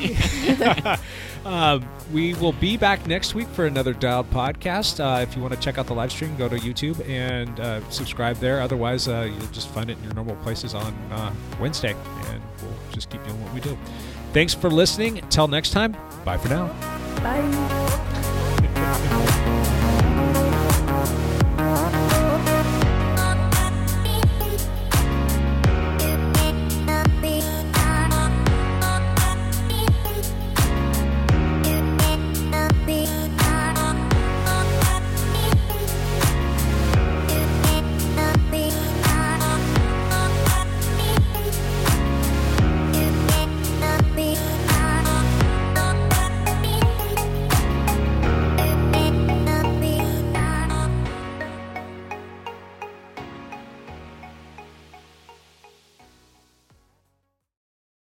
Speaker 5: Yay. um, we will be back next week for another Dialed podcast. Uh, if you want to check out the live stream, go to YouTube and uh, subscribe there. Otherwise, uh, you'll just find it in your normal places on uh, Wednesday, and we'll just keep doing what we do. Thanks for listening. Until next time, bye for now.
Speaker 8: Bye.